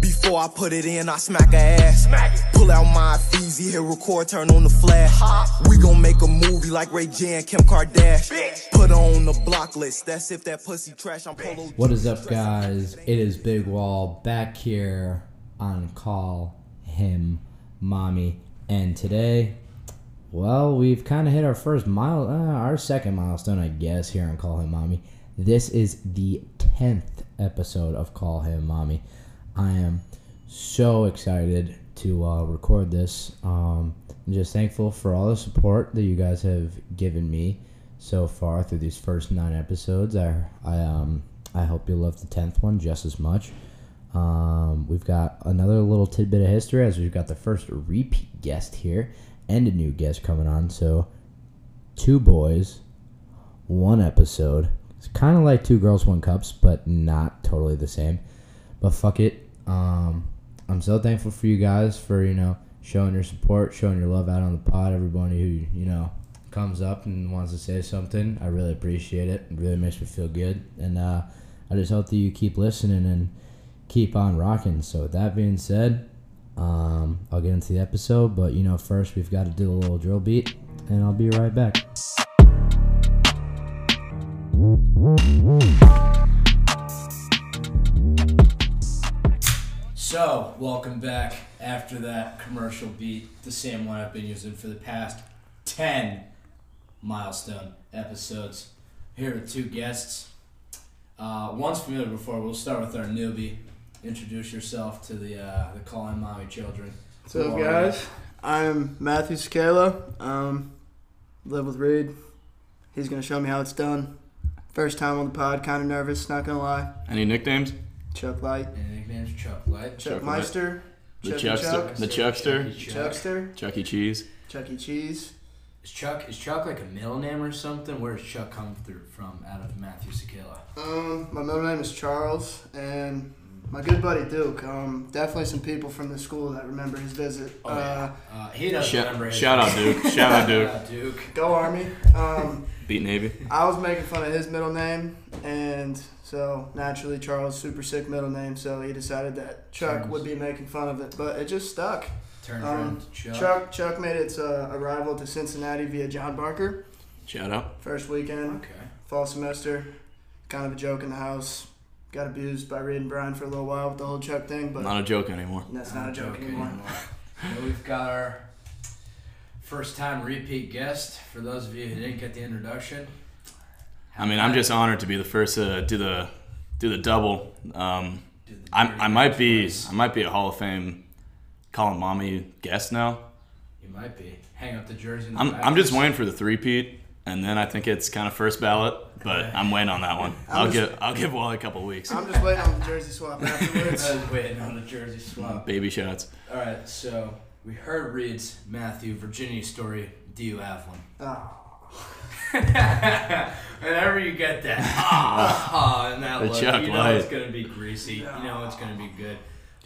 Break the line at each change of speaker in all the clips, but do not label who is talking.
Before I put it in, I smack her ass. Pull out my feezy, hit record, turn on the flash. We gon' make a movie like Ray J and Kim Kardashian. Put her on the block list. That's if that pussy trash. I'm polo.
What is up, guys? It is Big Wall back here on Call Him Mommy. And today, well, we've kind of hit our first mile, uh, our second milestone, I guess, here on Call Him Mommy. This is the 10th episode of Call Him Mommy. I am so excited to uh, record this. Um, I'm just thankful for all the support that you guys have given me so far through these first nine episodes. I, I, um, I hope you love the 10th one just as much. Um, we've got another little tidbit of history as we've got the first repeat guest here and a new guest coming on. So, two boys, one episode. It's kind of like two girls, one cups, but not totally the same. But fuck it. Um, I'm so thankful for you guys for you know showing your support, showing your love out on the pod. Everybody who you know comes up and wants to say something, I really appreciate it. It really makes me feel good, and uh, I just hope that you keep listening and keep on rocking. So with that being said, um, I'll get into the episode, but you know, first we've got to do a little drill beat, and I'll be right back. So, welcome back after that commercial beat, the same one I've been using for the past 10 milestone episodes. Here are two guests. Uh, one's familiar before, we'll start with our newbie. Introduce yourself to the, uh, the Calling Mommy Children.
What's up, guys? I'm Matthew Scala. Um, live with Reed. He's gonna show me how it's done. First time on the pod, kind of nervous, not gonna lie.
Any nicknames?
Chuck Light,
And the nickname's Chuck Light.
Chuck
Chuck
Meister, Chuck
The
and
Chuckster. The Chuckster.
Chuck.
Chuckster,
Chuck E. Cheese.
Chuck E. Cheese.
Is Chuck is Chuck like a middle name or something? Where does Chuck come through from out of Matthew Sakela?
Um, my middle name is Charles, and my good buddy Duke. Um, definitely some people from the school that remember his visit.
Oh, yeah. Uh, he doesn't remember
Shout,
his
shout out Duke. Shout out Duke.
Shout out Duke.
uh, go Army. Um,
Beat Navy.
I was making fun of his middle name, and so naturally Charles, super sick middle name, so he decided that Chuck
Charles.
would be making fun of it, but it just stuck.
Turn
Um,
around to Chuck.
Chuck Chuck made its uh, arrival to Cincinnati via John Barker
Shout out.
first weekend,
Okay.
fall semester, kind of a joke in the house. Got abused by Reed and Brian for a little while with the whole Chuck thing, but
Not a joke anymore.
that's not a joke anymore.
Well, we've got our first time repeat guest. For those of you who didn't get the introduction,
I mean, I'm just honored to be the first to do the do the double. Um,
do the
I'm,
dirty
I might be
twice.
I might be a Hall of Fame calling mommy guest now.
You might be. Hang up the jersey. in the
I'm,
back.
I'm just waiting for the three-peat, and then I think it's kind of first ballot, but I'm waiting on that one. I'll
just-
give I'll give Wally a couple weeks.
I'm just waiting on the jersey swap
I
afterwards.
was waiting on the jersey swap.
Baby shots.
All right, so we heard Reed's Matthew Virginia story. Do you have one?
oh,
Whenever you get that, ah, ah, and that
The
look,
Chuck
you know
Light.
it's gonna be greasy. You know it's gonna be good.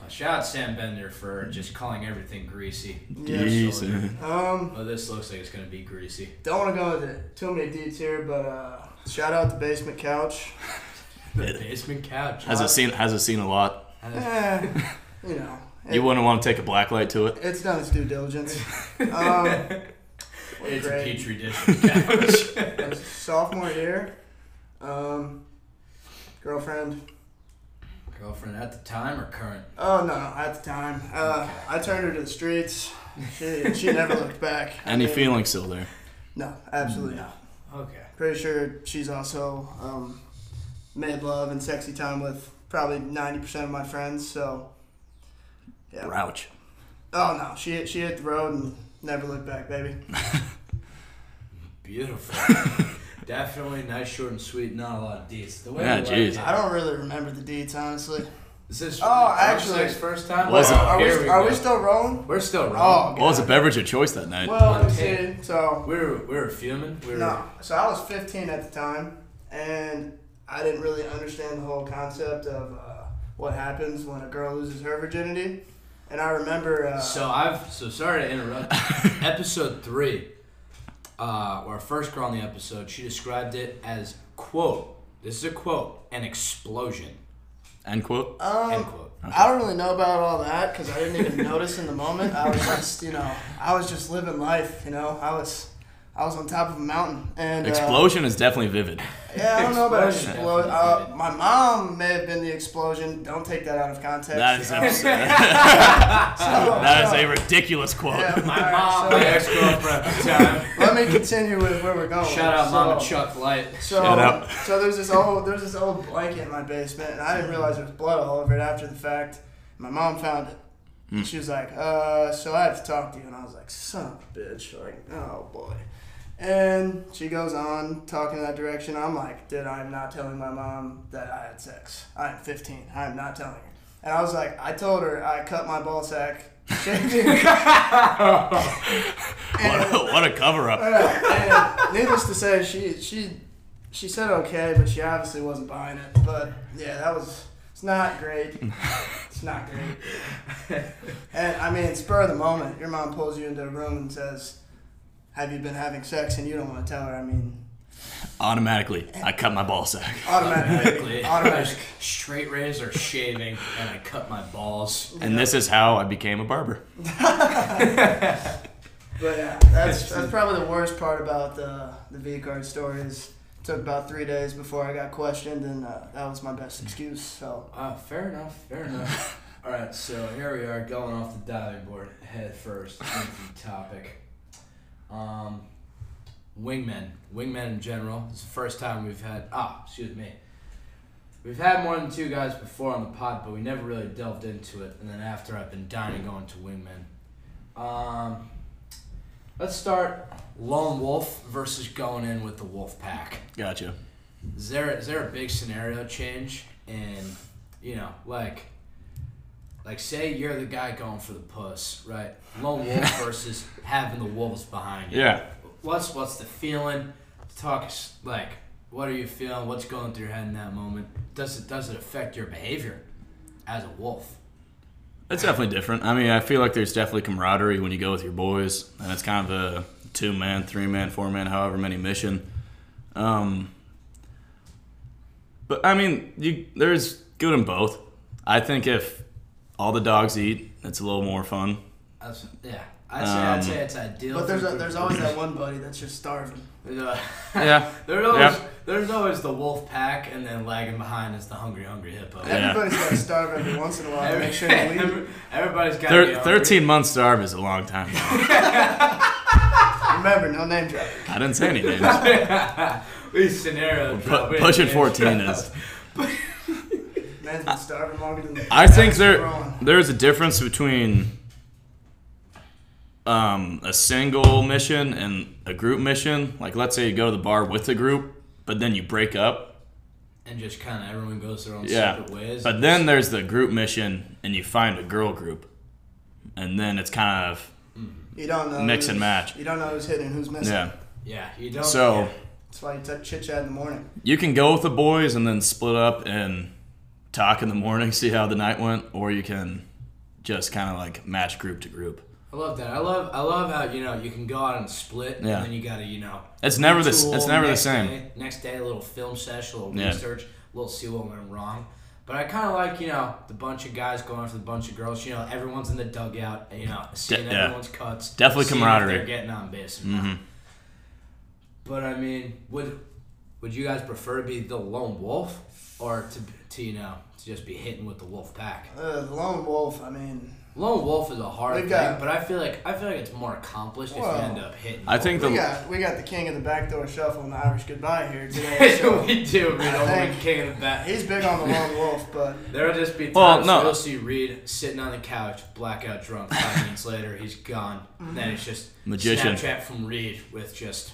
Uh, shout out Sam Bender for just calling everything greasy.
yeah.
Jeez.
Um,
Oh, this looks like it's gonna be greasy.
don't want to go into too many deets here, but uh, shout out the basement couch.
The basement couch.
Has it seen has it seen a lot?
Eh, you know, it,
You wouldn't want to take a black light to it.
it's done its due diligence. Um, what
It's a
grade?
petri dish of couch.
It was sophomore year. Um, girlfriend.
Girlfriend at the time or current?
Oh no, at the time. Uh, I turned her to the streets. She, she never looked back.
Any
I mean,
feeling still there?
No, absolutely not.
Okay.
Pretty sure she's also um, made love and sexy time with probably ninety percent of my friends. So, yeah.
Rouch.
Oh no, she she hit the road and never looked back, baby.
Beautiful. Definitely nice, short and sweet. Not a lot of deets. The way
Yeah,
you like
jeez.
it.
I don't really remember the deeds, honestly.
Is this
Oh,
our
actually-
sex first time?
Was it-
Wow,
Are we,
Oh, here we
are
go.
we still rolling?
We're still wrong.
Oh,
What was the beverage of choice that night?
well, let me
Okay.
see. So
We were we were fuming. We were
No. So I was 15 at the time, and I didn't really understand the whole concept of uh, what happens when a girl loses her virginity. And I remember. Uh,
So I've so sorry to interrupt. episode three, uh, our first girl on the episode, she described it as quote. This is a quote, an explosion.
End quote.
uh, Oh.
End quote.
I don't really know about all that because I didn't even notice in the moment. I was just, you know, I was just living life. You know, I was, I was on top of a mountain and uh,
Explosion is definitely vivid.
yeah, I don't know about
Explosion.
explosion. Uh, my mom may have been the explosion. Don't take that out of context.
That is
So,
episode. that is a ridiculous quote.
yeah, all
My
right,
mom,
so
my ex girlfriend at the time.
let me continue with where we're going.
Shout out,
So-
Mama Chuck Light.
So,
Shout out.
so there's this old there's this old blanket in my basement, and I didn't realize there was blood all over it after the fact. My mom found it. And She was like, "Uh, so I have to talk to you," and I was like, "Son of a bitch!" Like, oh boy. And she goes on talking in that direction. I'm like, "Dude, I'm not telling my mom that I had sex. I'm 15. I'm not telling her." And I was like, "I told her I cut my ball sack." shaved it,
What a, what a cover up.
Yeah, and needless to say, she she she said okay, but she obviously wasn't buying it. But yeah, that was it's not great. It's not great. And I mean, spur of the moment, your mom pulls you into a room and says, "Have you been having sex?" And you don't want to tell her. I mean,
Automatically, I cut my ball sack.
automatically,
Quickly.
automatic.
Straight razor shaving, and I cut my balls.
And this is how I became a barber.
But yeah, that's that's probably the worst part about the the V card story is. it Took about three days before I got questioned, and uh, that was my best excuse. So,
Uh, fair enough, fair enough. All right, so here we are going off the diving board head first into the topic. Um, wingmen, wingmen in general. It's the first time we've had. Ah, excuse me. We've had more than two guys before on the pod, but we never really delved into it. And then after, I've been dying to go into wingmen. Um, let's start lone wolf versus going in with the wolf pack.
Gotcha.
Is there is there a big scenario change in you know like like say you're the guy going for the puss, right? Lone wolf versus having the wolves behind you.
Yeah.
What's what's the feeling? Talk us- like what are you feeling? What's going through your head in that moment? Does it does it affect your behavior as a wolf?
That's definitely different. I mean, I feel like there's definitely camaraderie when you go with your boys, and it's kind of a two man, three man, four man, however many mission. Um, but I mean, you there's good in both. I think if all the dogs eat, it's a little more fun.
That's, yeah, I'd say
Um,
I'd say it's ideal.
but there's
for-
a, there's always that one buddy that's just starving.
Yeah,
There's always,
Yeah.
there's always the wolf pack, and then lagging behind is the hungry, hungry hippo.
Yeah.
Everybody's got to starve every once in a while to
Every-
make sure you leave.
every- everybody's got
Thir- thirteen months starve is a long time.
Remember, no name dropping.
I didn't say anything.
we scenario drop
Pu-
in,
pushing
man.
fourteen is.
Man's been starving longer than
I think
Alex
there
Ferron.
there's a difference between um, a single mission and a group mission. Like let's say you go to the bar with a group, but then you break up.
and just kind of everyone goes their own
Yeah.
separate ways.
But then there's the group mission and you find a girl group. And then it's kind of
You don't know.
mix
who's-
and match.
You don't know who's hitting and who's missing.
yeah.
yeah, you don't.
So
yeah.
That's why you t- chit chat in the morning.
you can go with the boys and then split up and talk in the morning, see how the night went, or you can just kind of like match group to group.
I love that. I love I love how you know you can go out and split,
Yeah.
and then you gotta you know.
It's never the s-
retool
it's never the
next
same.
day- next day, a little film session, a little
Yeah.
research, a little see what went wrong. But I kind of like you know the bunch of guys going after the bunch of girls. You know, everyone's in the dugout. and, You know, seeing
yeah.
everyone's cuts.
Definitely
seeing if
camaraderie. Mm-hmm.
They're getting on base. Or not. But I mean, would would you guys prefer to be the lone wolf or to to you know to just be hitting with the wolf pack?
Uh, the lone wolf. I mean,
Lone wolf is a hard
We've
thing,
got-
but I feel like I feel like it's more accomplished
Well,
if you end up hitting.
I think
we
the
got we got the king of the backdoor shuffle and the Irish goodbye here
so
today. So
we do. We don't want
think-
king of the bat.
he's big on the lone wolf, but
There'll just be times
Well, no.
where you'll see Reed sitting on the couch, blackout drunk. Five minutes later, he's gone. And then it's just
Magician.
Snapchat from Reed with just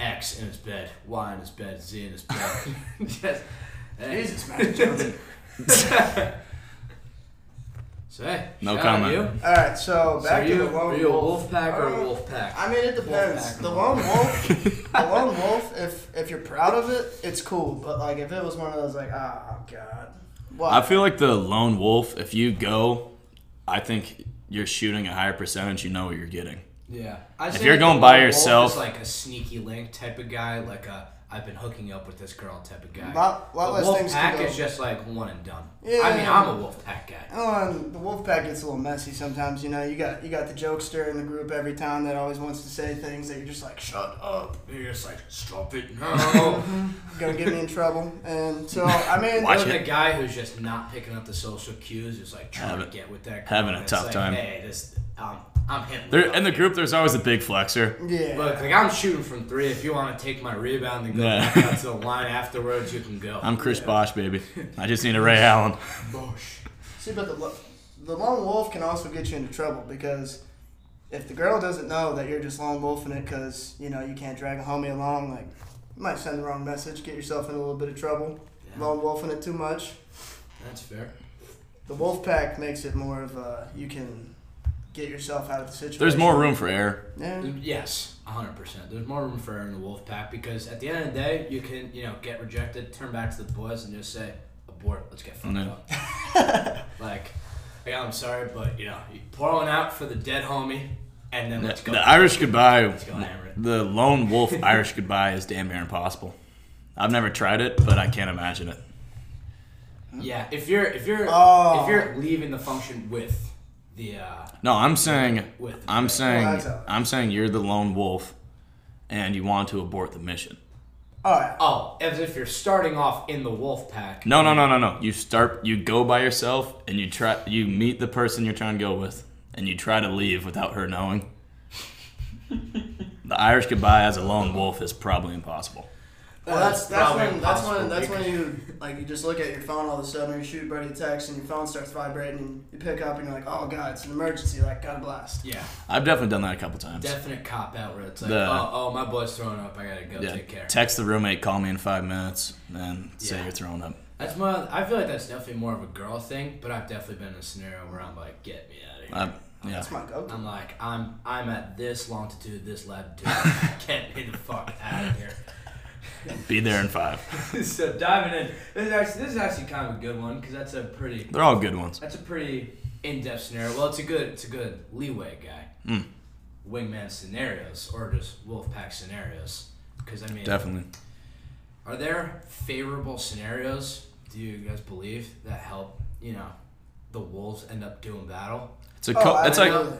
X in his bed, Y in his bed, Z in his bed. just, hey.
Jesus, Magic Johnson.
So hey,
No
shout out
comment.
You.
All right, so
So
back
are
to
you,
the lone
are you a
wolf.
wolf pack or a
Uh,
wolf pack?
I mean, it depends.
pack or
The
wolf
lone wolf, the lone wolf. If if you're proud of it, it's cool. But like, if it was one of those, like, oh god, why?
I feel like the lone wolf, if you go, I think you're shooting a higher percentage, you know what you're getting.
Yeah. I'd
If
say
you're
like
going
the
by
Lone Wolf
yourself-
is like a sneaky link type of guy, like a I've been hooking up with this girl type of guy.
Lot- lot
the
less
wolf
things can
pack
go-
is just like one and done. I
Yeah.
mean, I'm a wolf pack guy.
Oh, and the wolf pack gets a little messy sometimes. You know, you got you got the jokester in the group every time that always wants to say things that you're just like, shut up,
And You're just like, stop it now.
gonna get me in trouble. And so I mean,
Watch
Or the
it.
guy who's just not picking up the social cues, who's like trying to
Having-
get with that. Girl.
having a
It's
tough
like,
time.
Hey, this, um, I'm hitting.
There, in the group, there's always a big flexer.
yeah,
Look, like I'm shooting from three. If you want to take my rebound and go
Yeah.
back out to the line afterwards, you can go.
I'm Chris Bosch, baby. I just need a Ray Allen.
see, but the lo- the lone wolf can also get you into trouble because if the girl doesn't know that you're just lone wolfing it because you know you can't drag a homie along, like you might send the wrong message, get yourself in a little bit of trouble.
Yeah.
Lone wolfing it too much.
That's fair.
The wolf pack makes it more of a you can get yourself out of the situation.
There's more room for error.
Yeah.
Yes, 100%. There's more room for error in the wolf pack because at the end of the day, you can, you know, get rejected, turn back to the boys and just say, abort, let's get fucked
No.
up. like, yeah, I'm sorry, but, you know, you pour one out for the dead homie and then let's go.
The, the Irish goodbye,
go hammer it.
the lone wolf Irish goodbye is damn near impossible. I've never tried it, but I can't imagine it.
Yeah, if you're, if you're,
Oh.
if you're leaving the function with the, uh,
No, I'm saying,
With-
I'm saying,
that's how it
I'm saying you're the lone wolf, and you want to abort the mission.
All right.
oh, as if you're starting off in the wolf pack.
No, no, no, no, no. You start. You go by yourself, and you try. You meet the person you're trying to go with, and you try to leave without her knowing. the Irish goodbye as a lone wolf is probably impossible.
Well, that's that's
Probably
when that's when
impossible
that's when you like you just look at your phone all of a sudden, or you shoot Brady a text, and your phone starts vibrating. and You pick up, and you're like, "Oh God, it's an emergency!" Like, God blast.
Yeah,
I've definitely done that a couple times.
definite cop out where it's like,
The-
oh, oh, my boy's throwing up, I gotta go
yeah.
take care.
Text the roommate. Call me in five minutes, and say
Yeah.
you're throwing up.
That's more. I feel like that's definitely more of a girl thing, but I've definitely been in a scenario where I'm like, get me out of here.
I, yeah.
That's my go-to.
I'm like, I'm I'm at this longitude, this latitude. get me the fuck out of here.
Be there in five.
so diving in, this is actually this is actually kind of a good one because that's a pretty
They're all good ones.
that's a pretty in-depth scenario. Well, it's a good it's a good leeway guy. Wingman scenarios or just wolf pack scenarios because I mean,
Definitely.
Are there favorable scenarios, do you guys believe, that help, you know, the wolves end up doing battle?
It's a. Co-
Oh,
it's like.
absolutely.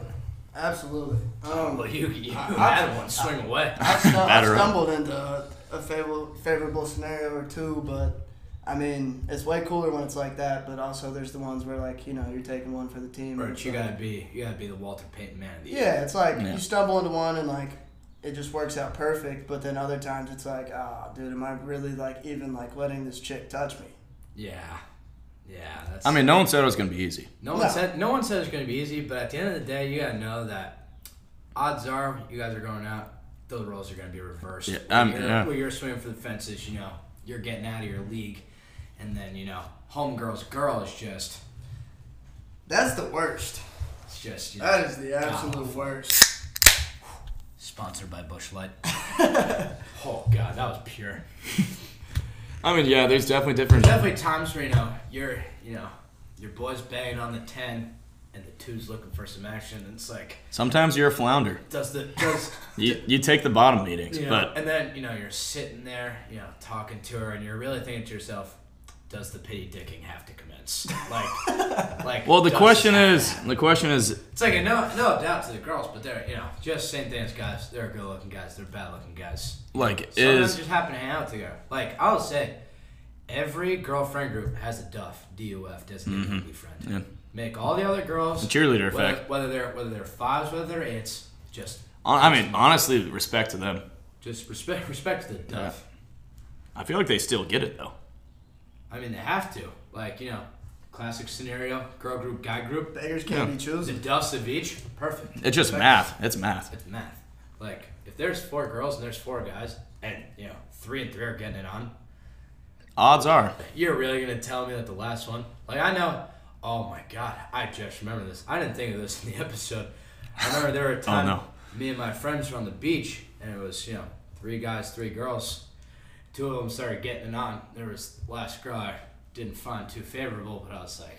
absolutely.
Well,
Um,
you, you had one swing away.
I've, stu- I've
Batter up.
stumbled into a, a favorable favorable scenario or two, but I mean, it's way cooler when it's like that. But also, there's the ones where like you know you're taking one for the team.
Or
and it's
you
like-
gotta be, you gotta be the Walter Payton man of the year.
Yeah, it's like
Yeah.
you stumble into one and like it just works out perfect, but then other times it's like, ah, dude, am I really like even like letting this chick touch me?
Yeah, yeah. That's,
I mean, no one said it was gonna be easy.
no one
no.
said no one said it's gonna be easy, but at the end of the day, you gotta know that odds are you guys are going out. Those roles are gonna be reversed.
Yeah,
Where
um,
you're-
yeah.
where you're swinging for the fences, you know, you're getting out of your league, and then you know, homegirl's girl is just,
That's the worst.
it's just. You know,
That is the absolute worst.
Sponsored by Bush Light. oh god, that was pure.
I mean, yeah. There's definitely different.
Definitely times where you know you're you know your boy's banging on the ten, and the two's looking for some action. And it's like
Sometimes you're a flounder.
does the does
You, you take the bottom meetings,
you know,
but
and then you know you're sitting there you know talking to her, and you're really thinking to yourself, does the pity dicking have to commence? Like like
Well, the
does-
question is, the question is,
it's like a no no doubt to the girls, but they're you know just same thing as guys. They're good looking guys. They're bad looking guys.
like,
Sometimes
is
just happen to hang out together. Like I'll say, every girlfriend group has a Duff, D-U-F, designated ugly friend. Make all the other girls
The Mm-hmm. cheerleader
whether,
effect.
Whether they're whether they're fives, whether they're eights, just
I mean, honestly, respect to them.
just respect respect the Duff.
I feel like they still get it though.
I mean, they have to. Like you know, classic scenario: girl group, guy group.
Beggars can't
Yeah.
be
The
choosers.
Duffs of each, perfect.
It's just math. It's math.
It's math. Like if there's four girls and there's four guys, and you know three and three are getting it on,
Odds are,
You're really gonna tell me that the last one? Like I know. Oh my god, I just remember this. I didn't think of this in the episode. I remember there were
Oh,
a time
no.
me and my friends were on the beach, and it was you know three guys, three girls. Two of them started getting it on. There was the last girl I didn't find too favorable, but I was like,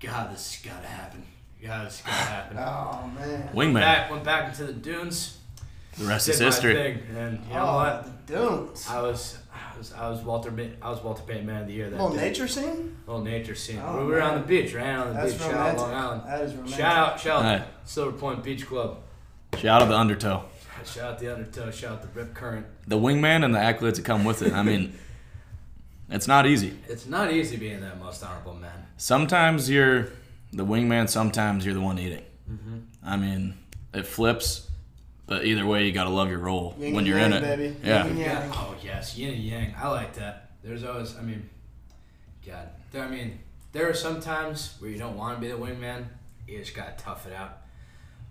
God, this has gotta happen. God, this has gotta happen.
Oh man.
wingman.
Back, went back into the dunes.
The rest
did
is
my
history.
thing, and you know
Oh,
what?
the dunes.
I was, I was, I was Walter, Ba- I was Walter Payton Man of the Year that
Little
day.
nature scene.
Little nature scene.
Oh,
we were on
man.
the beach, right on the
That's
beach. Shout out
romantic.
Long Island.
That is romantic.
Shout out, shout out,
Hey.
Silver Point Beach Club.
Shout out the undertow.
Shout out the Undertow. Shout out the Rip Current.
The wingman and the accolades that come with it. I mean, it's not easy.
It's not easy being that most honorable man.
Sometimes you're the wingman, sometimes you're the one eating.
Mm-hmm.
I mean, it flips, but either way, you got to love your role
Yin
when
and
you're in
yang,
it.
baby.
Yeah.
Yin and yang.
Oh yes, yin and yang. I like that. There's always, I mean, God. There, I mean, there are some times where you don't want to be the wingman. You just gotta tough it out.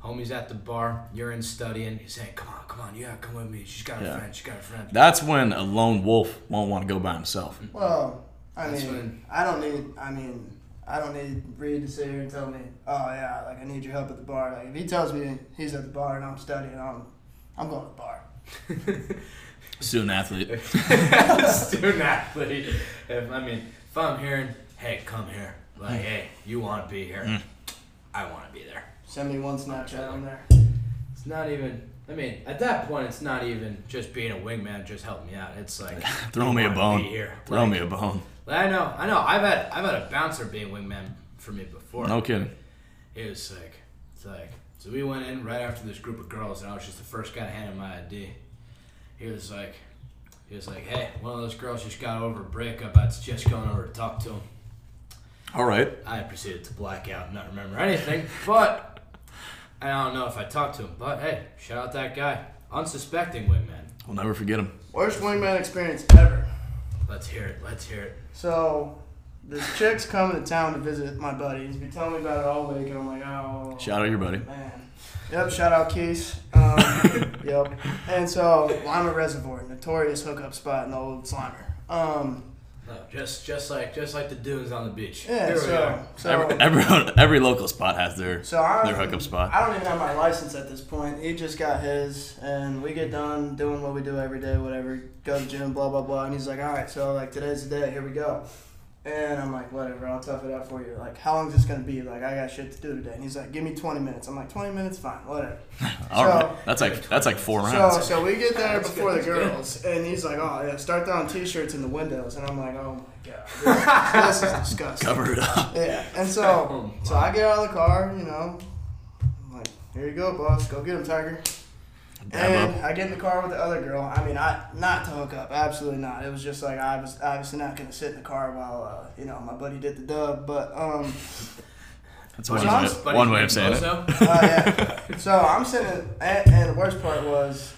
Homie's at the bar. You're in studying. He's saying, "Come on, come on, you gotta come with me. She's got a
Yeah.
friend. She's got a friend."
That's when a lone wolf won't want to go by himself.
Well, I
That's
mean,
when-
I don't need. I mean, I don't need Reed to sit here and tell me, oh yeah, like I need your help at the bar. Like if he tells me he's at the bar and I'm studying, I'm, I'm going to the bar.
Student athlete.
Student athlete. If I mean, if I'm hearing, "Hey, come here," like,
Hmm.
"Hey, you want to be here?" I want to be there.
Send me one Snapchat on there.
It's not even. I mean, at that point, it's not even just being a wingman. Just help me out. It's like
Throw
you
me a
wanna
bone.
Be here.
Throw
Like,
me a bone.
I know. I know. I've had I've had a bouncer being wingman for me before.
No kidding.
It was sick. It's like so we went in right after this group of girls, and I was just the first guy to hand him my ID. He was like, he was like, hey, one of those girls just got over a breakup. I was just going over to talk to him.
All right.
I proceeded to black out, and not remember anything. But I don't know if I talked to him. But hey, shout out that guy, unsuspecting wingman.
We'll never forget him.
Worst wingman experience ever.
Let's hear it. Let's hear it.
So, this chick's coming to town to visit my buddy. He's been telling me about it all week, and I'm like, oh.
Shout out your buddy.
Man. Yep, shout out Keys. Um, yep. And so, Lima Reservoir, notorious hookup spot in the old Slimer. Um,
No, Oh, just just like just like the dunes on the beach.
yeah,
Here we
so,
are.
so,
Every, everyone, every local spot has their
so I'm,
their hookup spot.
I don't even have my license at this point. He just got his, and we get done doing what we do every day, whatever. Go to gym, blah blah blah. And he's like, all right, so like today's the day. Here we go. And I'm like, whatever, I'll tough it out for you. Like, how long is this gonna be? Like, I got shit to do today. And he's like, give me 20 minutes. I'm like, 20 minutes, fine, whatever.
All
so-
right. That's like that's like four
So,
rounds.
so we get there before the girls, and he's like, oh yeah, start throwing t-shirts in the windows, and I'm like, oh my god, this, this is disgusting.
Cover it up.
Yeah, and so so I get out of the car, you know, I'm like, here you go, boss, go get him, Tiger.
Dab
And I get in the car with the other girl. I mean, I not to hook up, absolutely not. It was just like I was obviously not gonna sit in the car while uh, you know my buddy did the dub, but um.
That's one,
John's
way, one way of saying it.
Oh yeah. So I'm sitting, and, and the worst part was,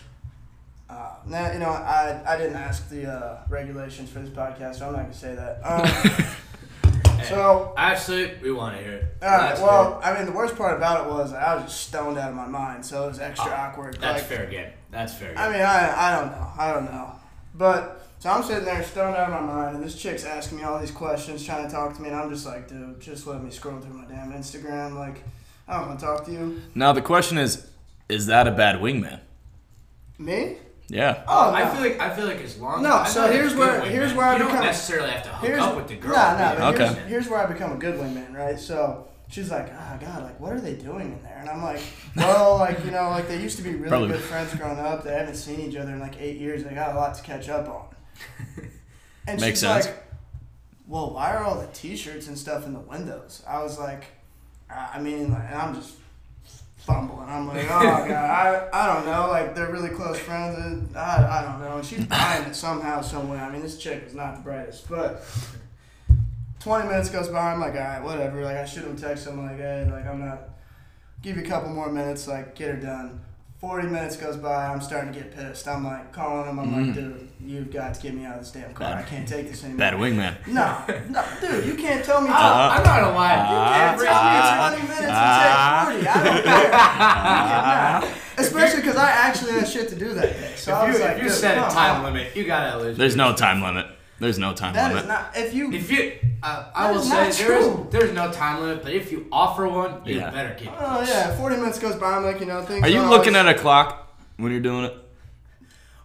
uh, now you know I, I didn't ask the uh, regulations for this podcast, so I'm not gonna say that. Um, so
Actually, we want to hear it.
all right,
That's
well, I mean the worst part about it was I was just stoned out of my mind, so it was extra
Oh,
awkward.
fair. that's
like,
fair game. That's fair game.
I mean, I, I don't know. I don't know. But, so I'm sitting there stoned out of my mind, and this chick's asking me all these questions, trying to talk to me, and I'm just like, dude, just let me scroll through my damn Instagram. Like, I don't want to talk to you.
Now the question is, is that a bad wingman?
Me?
Yeah.
Oh,
Uh, I
no.
feel like I feel like as long
No,
I feel
so
like
here's
it's
where-
good way,
here's
man.
where I
you don't
become-
necessarily have to hook
here's,
up with the girl.
Nah, nah,
you
but
Okay.
know?
here's, here's where I become a good wingman, right? So she's like, ah, God, like, what are they doing in there? And I'm like, well, like, you know, like, they used to be really
Probably-
good friends growing up. They haven't seen each other in like eight years. They got a lot to catch up on. And
Makes
she's
sense.
like, well, why are all the t shirts and stuff in the windows? I was like, "Ah, I I mean, like, and I'm just fumbling. I'm like, oh, God, I, I don't know. Like, they're really close friends. and I, I don't know. And she's buying it somehow, somewhere. I mean, this chick was not the brightest, but. 20 minutes goes by. I'm like, all right, whatever. Like, I should have texted him, like, hey, like, I'm not. Give you a couple more minutes, like, get her done. 40 minutes goes by. I'm starting to get pissed. I'm like, calling him. I'm like, dude, you've got to get me out of this damn car. I
Mm-hmm. Bad-
can't take this anymore.
Bad wingman.
No, no, dude, you can't tell me.
Oh, I'm not gonna lie.
you can't
Every-
tell
ah,
me 20 minutes and say 40. I don't care. You cannot. Especially because I actually had shit to do that day. So I
if
Uh,
was
you,
like,
if you
dude,
set
come
a time
on.
limit, you gotta at least.
There's no time limit. There's no time
That
limit.
is not. If you.
If you, uh, I
That
will
is
say
not true.
there's there's no time limit, but if you offer one, you
Yeah.
better keep. it.
oh yeah, 40 minutes goes by. I'm like, you know, things.
Are you
always-
looking at a clock when you're doing it?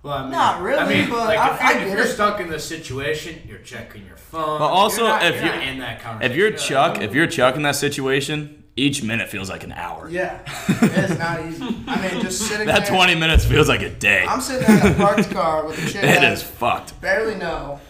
Well, I mean,
Not really,
I mean,
but
like,
I-
if, you're,
I
if
get
you're
it.
stuck in this situation, you're checking your phone.
But also,
you're not,
if
you're not
you-
in that conversation,
If you're
like,
Chuck, if you're Chuck in that situation, each minute feels like an hour.
Yeah, it's not easy. I mean, just sitting
That
there.
20 minutes feels like a day.
I'm sitting there in a parked car with a chick
It
that
is fucked.
barely know,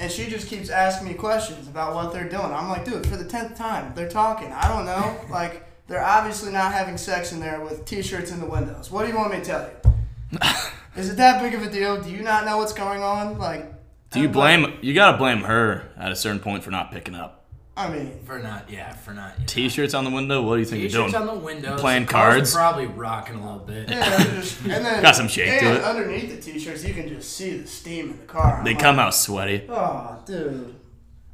and she just keeps asking me questions about what they're doing. I'm like, dude, for the tenth time, they're talking. I don't know. Like, they're obviously not having sex in there with t-shirts in the windows. What do you want me to tell you? Is it that big of a deal? Do you not know what's going on? Like,
Do you blame? You gotta blame her at a certain point for not picking up.
I mean,
For not, yeah, for not.
T-shirts on the window. What do you think you're
T-shirts
doing?
on the windows.
Playing
the cars are
cards.
Probably rocking a little bit.
yeah, they're just, and then
Got some shake to
and
it.
Underneath the t-shirts, you can just see the steam in the car. I'm
they
like,
come out sweaty.
Oh, dude.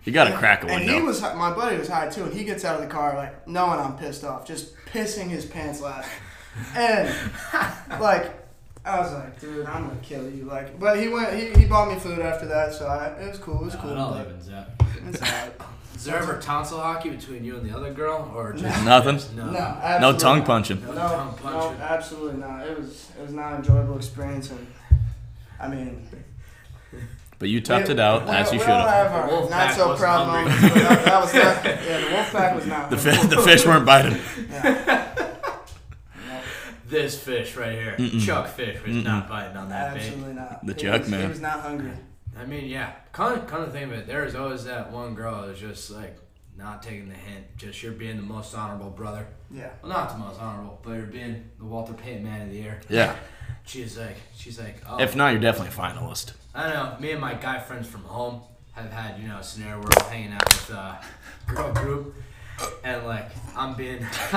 You gotta crack a
And he
window.
was my buddy was high too, and he gets out of the car like knowing I'm pissed off, just pissing his pants laughing, and like I was like, dude, I'm gonna kill you. Like, but he went, he, he bought me food after that, so I, it was cool. It was cool.
It all
but
evens out.
it's all right.
Is there ever tonsil hockey between you and the other girl, or just
Nothing.
no?
No,
No
absolutely
tongue
not.
punching.
No,
tongue
no,
punching.
absolutely not. It was it was not an enjoyable experience, and I mean,
But you toughed
we-
it out
we-
as you
we
should
all
have.
have. Our
The wolf
not
pack
so
wasn't
proud
hungry.
moments. But that, that was not. Yeah, the wolf pack was not.
The fish, the fish weren't biting.
This fish right here, Chuck Fish, was not biting on that bait.
Absolutely not.
The
He
jerk
was- He
man.
was not hungry.
I mean, yeah. Kind of, kind of think of it. There is always that one girl that's just like not taking the hint. Just you're being the most honorable brother.
Yeah.
Well, not the most honorable, but you're being the Walter Payton man of the year.
Yeah.
She's like, she's like, oh,
If not, you're definitely a finalist.
I don't know. Me and my guy friends from home have had, you know, a scenario where we're hanging out with a girl group, and like I'm being,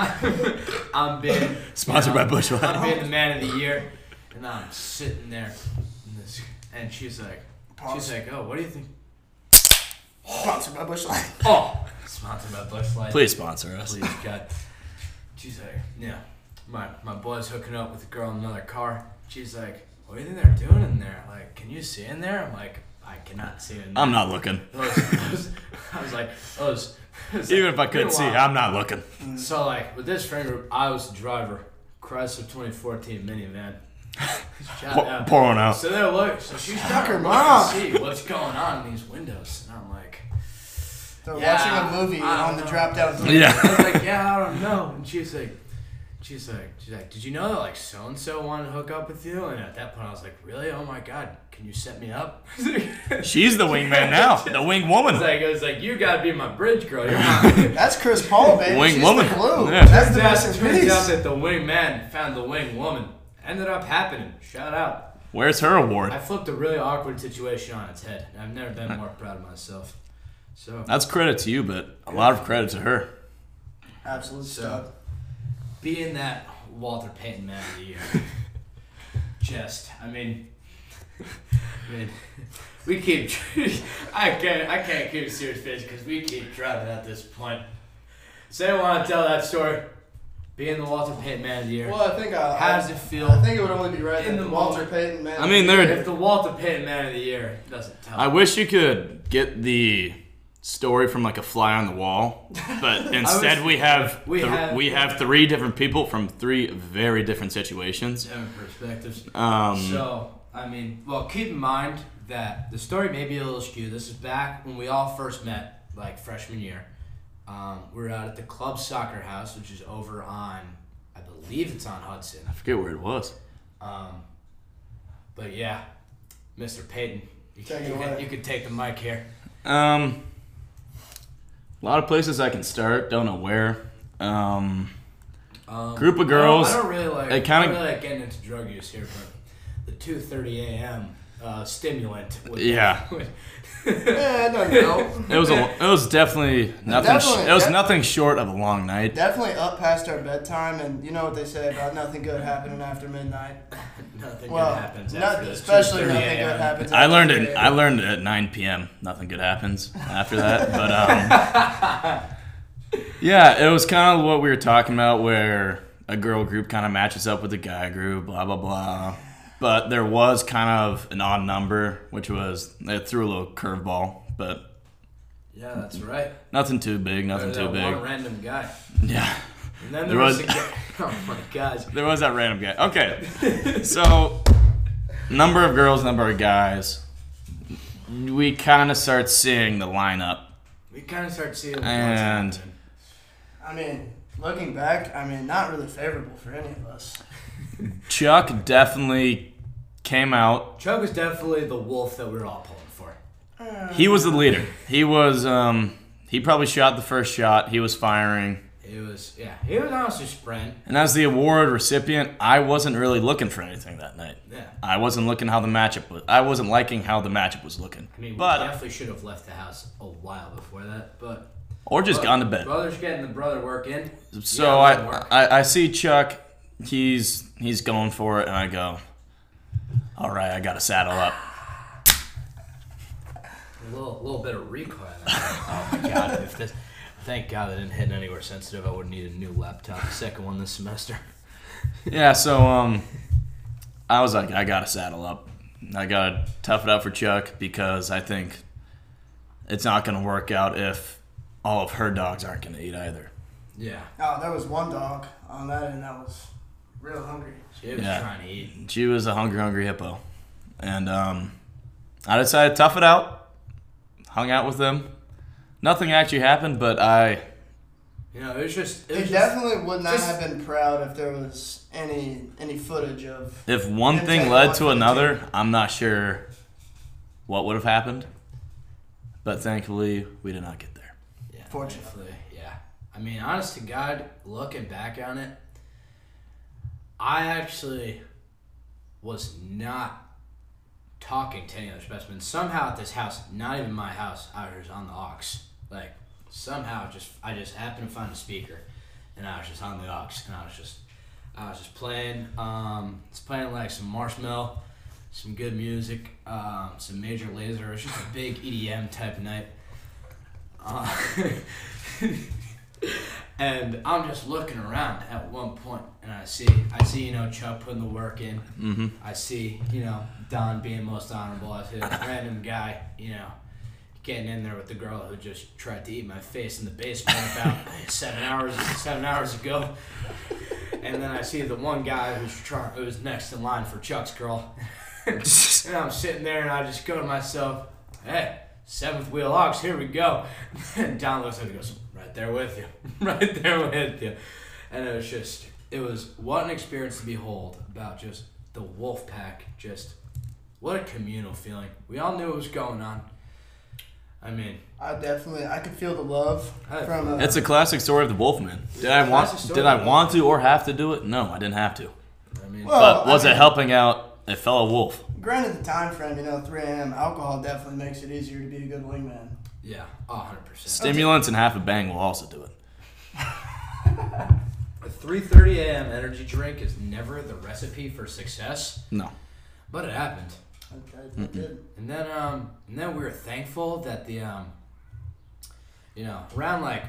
I'm being you
Sponsored
know,
by Bush Light.
I'm being the man of the year, and I'm sitting there, and, this, and she's like, she's like, oh, what do you think?
Sponsored by Bush Light.
Oh, sponsored by Bush Light.
Please sponsor us.
Please, God. She's like, yeah. My my boy's hooking up with a girl in another car. She's like, what do you think they're doing in there? Like, can you see in there? I'm like, I cannot see in there.
I'm not looking.
Those, those, I was like, those. it was
Even
like,
if I could
been a
see,
while.
I'm not looking.
So like with this friend group, I was the driver, Chrysler 2014 minivan. Shout
Pour,
out.
pour one out.
So there, look. So she's trying
her
to
mom.
see what's going on in these windows, and I'm like,
They're
Yeah,
watching a movie
I don't
on the
know.
drop down.
I was
Yeah.
like, yeah, I don't know. And she's like, she's like, she's like, did you know that like so and so wanted to hook up with you? And at that point, I was like, really? Oh my god, can you set me up? it's
She's the wingman now. The wing woman.
like, I was like, you gotta be my bridge girl. You're my.
That's Chris Paul, baby.
Wing
She's
woman.
The glue.
Yeah.
That's the
Turns out-
best
turns out
piece.
that the wing man found the wing woman. Ended up happening. Shout out.
Where's her award?
I flipped a really awkward situation on its head. I've never been more proud of myself. So
That's credit to you, but a lot of credit to her.
Absolute
So,
stud.
being that Walter Payton man of the year, just, I mean, I mean, we keep, I can't, I can't keep a serious face because we keep driving at this point. So, I want to tell that story. Being the Walter Payton man of the year,
Well, I think uh, I.
how does it feel?
I think it would only be right
In
that
the
Walter
moment.
Payton man.
I mean,
if
they're.
the Walter Payton man of the year doesn't tell,
I wish you could get the story from like a fly on the wall, but instead we have
we
thr-
have-
we have three different people from three very different situations.
different perspectives.
Um,
So, I mean, well, keep in mind that the story may be a little skewed. This is back when we all first met, like freshman year. Um, we were out at the club soccer house, which is over on, I believe it's on Hudson.
I forget where it was.
Um, but yeah, Mr. Payton, you,
Take it
you,
away.
can, you can take the mic here.
Um, a lot of places I can start. Don't know where. Um,
Um,
Group of
I don't-
girls,
I don't, really like.
they
I
kinda-
don't really like getting into drug use here, but the two thirty a.m. Uh, stimulant. Would,
Yeah.
would-
yeah, I don't know.
it was a, it was definitely nothing.
Definitely,
it was
yeah.
nothing short of a long night.
Definitely up past our bedtime, and you know what they say about nothing good happening after midnight.
nothing
Well,
good happens
not-
after the
especially
2:30
nothing
a.m.
good happens.
I
after
learned it.
3.
I learned at 9 p.m. Nothing good happens after that. But um, yeah, it was kind of what we were talking about, where a girl group kind of matches up with a guy group, blah blah blah. But there was kind of an odd number, which was they threw a little curveball, but
Yeah, that's right.
nothing too big, nothing
There's
too
that
big.
One random guy.
Yeah.
And then there
There
was,
was-
a guy. Oh my gosh.
There was that random guy. Okay. So, number of girls, number of guys. We kind of start seeing the lineup.
We kind of start seeing. what's
And-
happening.
I mean, Looking back, I mean, not really favorable for any of us.
Chuck definitely came out.
Chuck was definitely the wolf that we were all pulling for.
He was the leader. He was. Um, he probably shot the first shot. He was firing.
It was yeah. It was honestly sprint.
And as the award recipient, I wasn't really looking for anything that night.
Yeah.
I wasn't looking how the matchup was. I wasn't liking how the matchup was looking.
I mean, we
but
definitely should have left the house a while before that, but
or just gone to bed.
Brother's getting the brother work in.
So
Yeah, let him
I,
work.
I I see Chuck, he's he's going for it, and I go, all right, I got to saddle up.
a little, little bit of recoil. in there. oh my god! If this, thank God I didn't hit anywhere sensitive. I would need a new laptop, second one this semester.
Yeah, so um, I was like, I got to saddle up. I got to tough it out for Chuck because I think it's not going to work out if all of her dogs aren't going to eat either.
Yeah,
Oh, there was one dog on that end that was real hungry.
she was
Yeah.
trying to eat.
She was a hungry, hungry hippo, and um, I decided to tough it out. Hung out with them. Nothing actually happened, but I
You know, it was just. It
It
was just
definitely would not
just-
have been proud if there was any any footage of.
If one
Didn't
thing
take
led
long
to
for the
another, I'm not sure what would have happened. But thankfully, we did not get there.
yeah,
Fortunately.
definitely, yeah. I mean, honest to God, looking back on it, I actually was not talking to any other specimens. Somehow at this house, not even my house, I was on the aux. Like somehow, just I just happened to find a speaker, and I was just on the aux, and I was just, I was just playing, um, it's playing like some marshmallow, some good music, um, some major laser. It was just a big EDM type night. Uh, and I'm just looking around at one point, and I see, I see, you know, Chuck putting the work in. Mm-hmm. I see, you know, Don being most honorable. I see a random guy, you know, getting in there with the girl who just tried to eat my face in the basement about seven hours, seven hours ago. And then I see the one guy who's trying, who's next in line for Chuck's girl. and I'm sitting there, and I just go to myself, "Hey, seventh wheel ox, here we go." And Don looks at me, and goes, "Right there with you, right there with you." And it was just, it was what an experience to behold about just the wolf pack. Just what a communal feeling. We all knew what was going on. I mean,
I definitely, I could feel the love
I-
from. Uh,
It's a classic story of the Wolfman. Did I
Classic
want?
story
Did
of
I
the Oh,
want to or have to do it? No, I didn't have to.
I mean,
well,
But was
I
it
mean,
helping out a fellow wolf?
Granted, the time frame, you know, 3 a.m. alcohol definitely makes it easier to be a good wingman.
yeah, hundred percent.
Stimulants and half a bang will also do it.
A three thirty a.m. energy drink is never the recipe for success,
No.
but it happened.
Okay, it did.
And then um and then we were thankful that the um you know, around like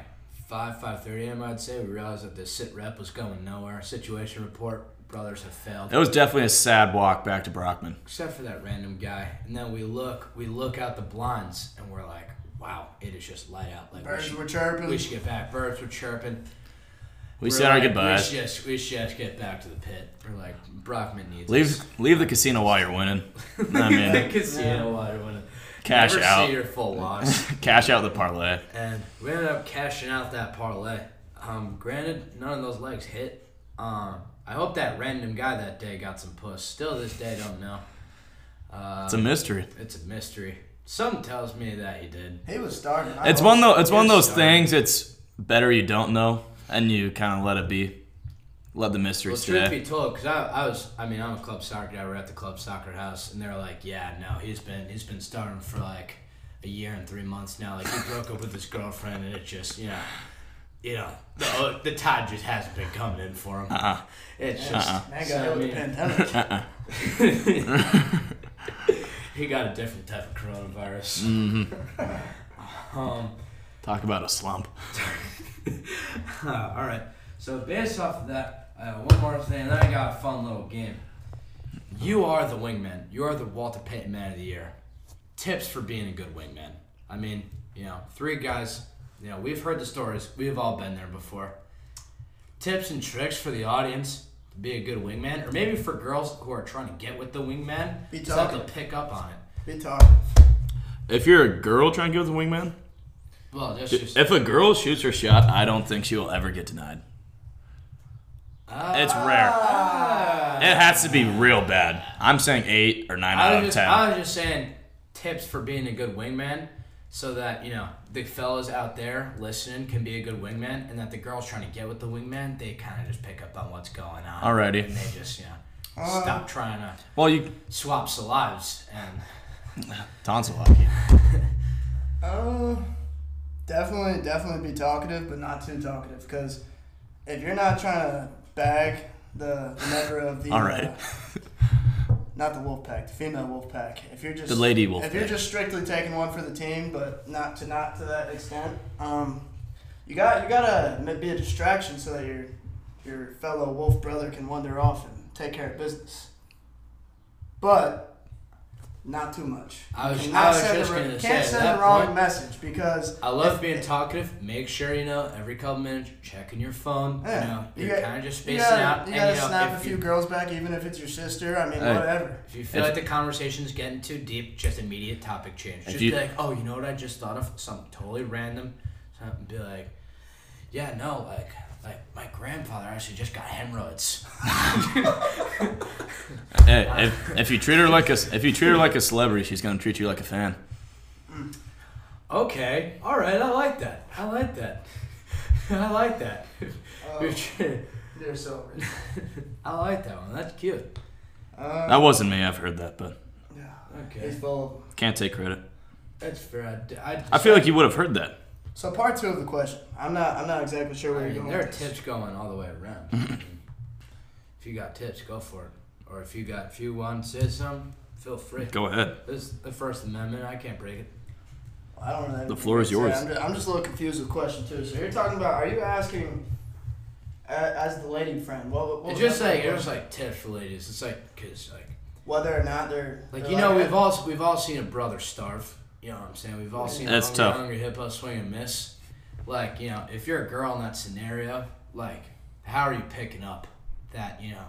five, five thirty AM I'd say, we realized that the sit rep was going nowhere. Situation report brothers have failed.
It was definitely a sad walk back to Brockman.
Except for that random guy. And then we look we look out the blinds and we're like, Wow, it is just light out like we
Birds
should-
were chirping.
we should get back. Birds were chirping.
We
We're
said our
like, We
goodbyes.
should, just, we should just get back to the pit. We're like, Brockman needs
Leave leave the casino while you're winning. I mean,
casino water when
Cash
never
out.
See your full loss.
cash out the parlay.
and we ended up cashing out that parlay. Um, granted, none of those legs hit. Um, I hope that random guy that day got some puss. Still, to this day, don't know. Uh,
It's a mystery.
it's a mystery. Some tells me that he did.
He was starving. I
It's
was-
one though. It's one of those
Yes.
things. It's better you don't know, and you kind of let it be. Let the mystery
Well, truth
stay.
be told, because I, I was, I mean, I'm a club soccer guy. We're at the club soccer house, and they're like, "Yeah, no, he's been, he's been starving for like a year and three months now. Like he broke up with his girlfriend, and it just, you know, you know, the, the tide just hasn't been coming in for him.
Uh-uh.
It's just,
That
so,
guy
I
with the
mean,
pandemic.
he got a different type of coronavirus.
Mm.
um,
Talk about a slump.
all right. So based off of that, uh, one more thing, and then I got a fun little game. You are the wingman. You are the Walter Payton Man of the Year. Tips for being a good wingman. I mean, you know, three guys. You know, we've heard the stories. We've all been there before. Tips and tricks for the audience to be a good wingman, or maybe for girls who are trying to get with the wingman,
Be
so that they'll
talking.
pick up on it.
Be talking.
If you're a girl trying to go with a wingman,
Well, that's just
if a girl shoots her shot, I don't think she will ever get denied. It's rare. It has to be real bad. I'm saying eight or nine
Ah. I
out
was,
of
just,
ten.
I was just saying tips for being a good wingman so that, you know, the fellas out there listening can be a good wingman and that the girls trying to get with the wingman, they kind of just pick up on what's going on.
Alrighty.
And they just, you know,
Uh,
stop trying to
well, you
swap salives and
tonsil hockey.
Uh, definitely, definitely be talkative, but not too talkative. Because if you're not trying to bag the member of the,
All right.
uh, not the wolf pack, the female wolf pack. If you're just
The lady wolf
if you're
pack.
just strictly taking one for the team, but not to not to that extent, um, you got you gotta ma- be a distraction so that your your fellow wolf brother can wander off and take care of business. But not too much.
I was-
You
I
cannot
was
send
just
the wrong-
gonna
can't
say, at
send
that
the wrong
point-
message because
I love
if-
being
if-
talkative. Make sure you know every couple minutes, checking your phone.
yeah,
You know,
you
you're
got-
kind of just
you
spacing
gotta,
out.
You
and,
gotta
know,
snap a
if
few
you-
girls back, even if it's your sister. I mean,
Hey.
whatever.
If you feel like the conversation's getting too deep, just immediate topic change. Just
you-
be like, oh, you know what I just thought of? Something totally random. Something be like, yeah, no, like, like my grandfather actually just got hemorrhoids.
Hey, if, if you treat her like a if you treat her like a celebrity, she's gonna treat you like a fan.
Okay, all right, I like that. I like that. I like that.
Oh. They're so rich.
I like that one. That's cute.
That wasn't me. I've heard that, but
Yeah,
Okay,
he's full of 'em.
can't take credit.
that's fair. I d- I,
I feel like you would have heard that.
So part two of the question. I'm not. I'm not exactly sure where
I
you're
mean,
going.
there are
with this.
tips going all the way around. I mean, if you got tips, go for it. Or if you got, if you want to say something, feel free.
Go ahead.
This is the First Amendment. I can't break it.
I don't really.
The floor is yours.
I'm just, I'm just a little confused with question two. So you're talking about? Are you asking? a- As the lady friend, what, what was
It's just
that
like it was
question?
like tips for ladies. It's like because like
whether or not they're
like
they're
you know we've
that.
all we've all seen a brother starve. You know what I'm saying? We've all seen
That's
a
tough.
hungry, hungry hippo swing and miss. Like you know, if you're a girl in that scenario, like how are you picking up that you know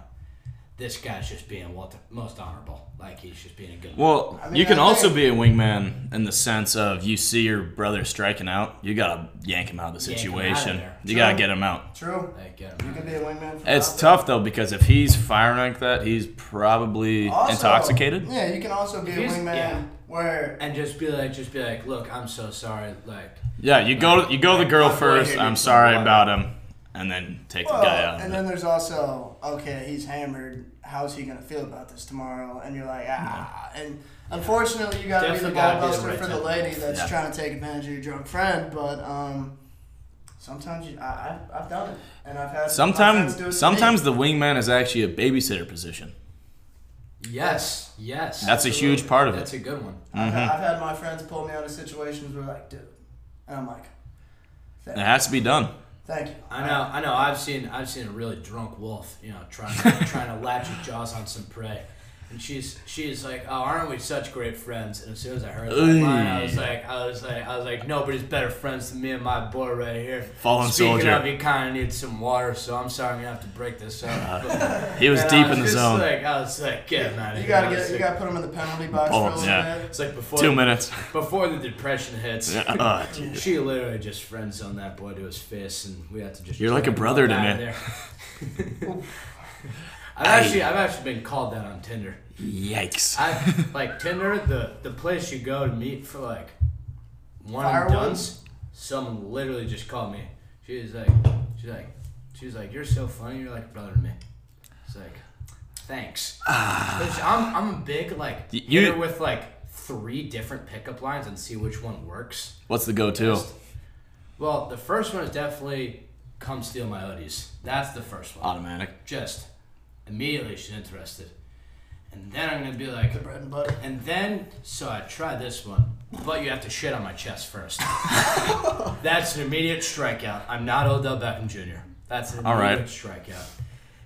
this guy's just being what the most honorable? Like he's just being a good.
Well,
mean,
you can
I
also
think-
be a wingman in the sense of you see your brother striking out, you gotta yank him out of the
Yank him out of
situation.
there.
you gotta
True.
get him out.
True.
like, get
You
him.
could be a wingman. For
It's
Bob.
tough though because if he's firing like that, he's probably
Also-
intoxicated.
Yeah, you can also be a
He's-
wingman
yeah.
where
and just be like, just be like, look, I'm so sorry. Like
Yeah, you go you go the girl
I'll go
first.
here,
I'm
dude.
sorry about him, and then take the guy
Well,
out.
and
of it.
then there's also okay, he's hammered. How's he gonna feel about this tomorrow? And you're like, ah. And unfortunately, you gotta
Definitely
be the ball
gotta be the
buster
right
for the
type.
lady that's
Yeah.
trying to take advantage of your drunk friend. But um, sometimes you, I, I've, I've done it, and I've had my friends do it to
Sometimes
me.
sometimes the wingman is actually a babysitter position.
yes, yes.
That's a huge part of it.
That's a good one.
I've,
Mm-hmm.
had, I've had my friends pull me out of situations where like, dude, and I'm like,
It has to be done.
thank you.
I know, I know. I've seen, I've seen a really drunk wolf, you know, trying to, trying to latch his jaws on some prey, and she's, she's like, "Oh, aren't we such great friends?" And as soon as I heard that
Ooh.
line, I was like, I was like, I was like, nobody's better friends than me and my boy right here.
Fallen
Speaking
soldier.
of, he kind of needs some water, so I'm sorry, I'm gonna have to break this up.
He was
And I
deep in the
just
zone.
Like, I was like, get him out of here.
You gotta
I was
get, you
like-
gotta put them in the penalty box for a
Balls,
little
yeah.
bit.
It's like before
Two minutes.
before the depression hits.
Oh, gee.
She literally just friend zoned that boy to his fist, and we had to just.
You're like
drag
a brother
him
to
out
me.
of there. I've actually, I've actually been called that on Tinder.
Yikes.
I like Tinder, the the place you go to meet for like one
Firewood?
and done's. Someone literally just called me. She was like, she's like, she was like, you're so funny. You're like a brother to me. It's like, thanks. Which I'm I'm a big like
Y-
you,
you-
hit her with like three different pickup lines and see which one works.
What's the go-to?
Well, the first one is definitely come steal my hoodies. That's the first one.
Automatic.
Just immediately she's interested. And then I'm gonna be like
Bread and butter.
and then so I try this one. But you have to shit on my chest first. That's an immediate strikeout. I'm not Odell Beckham Jr. That's an immediate
All right.
strikeout.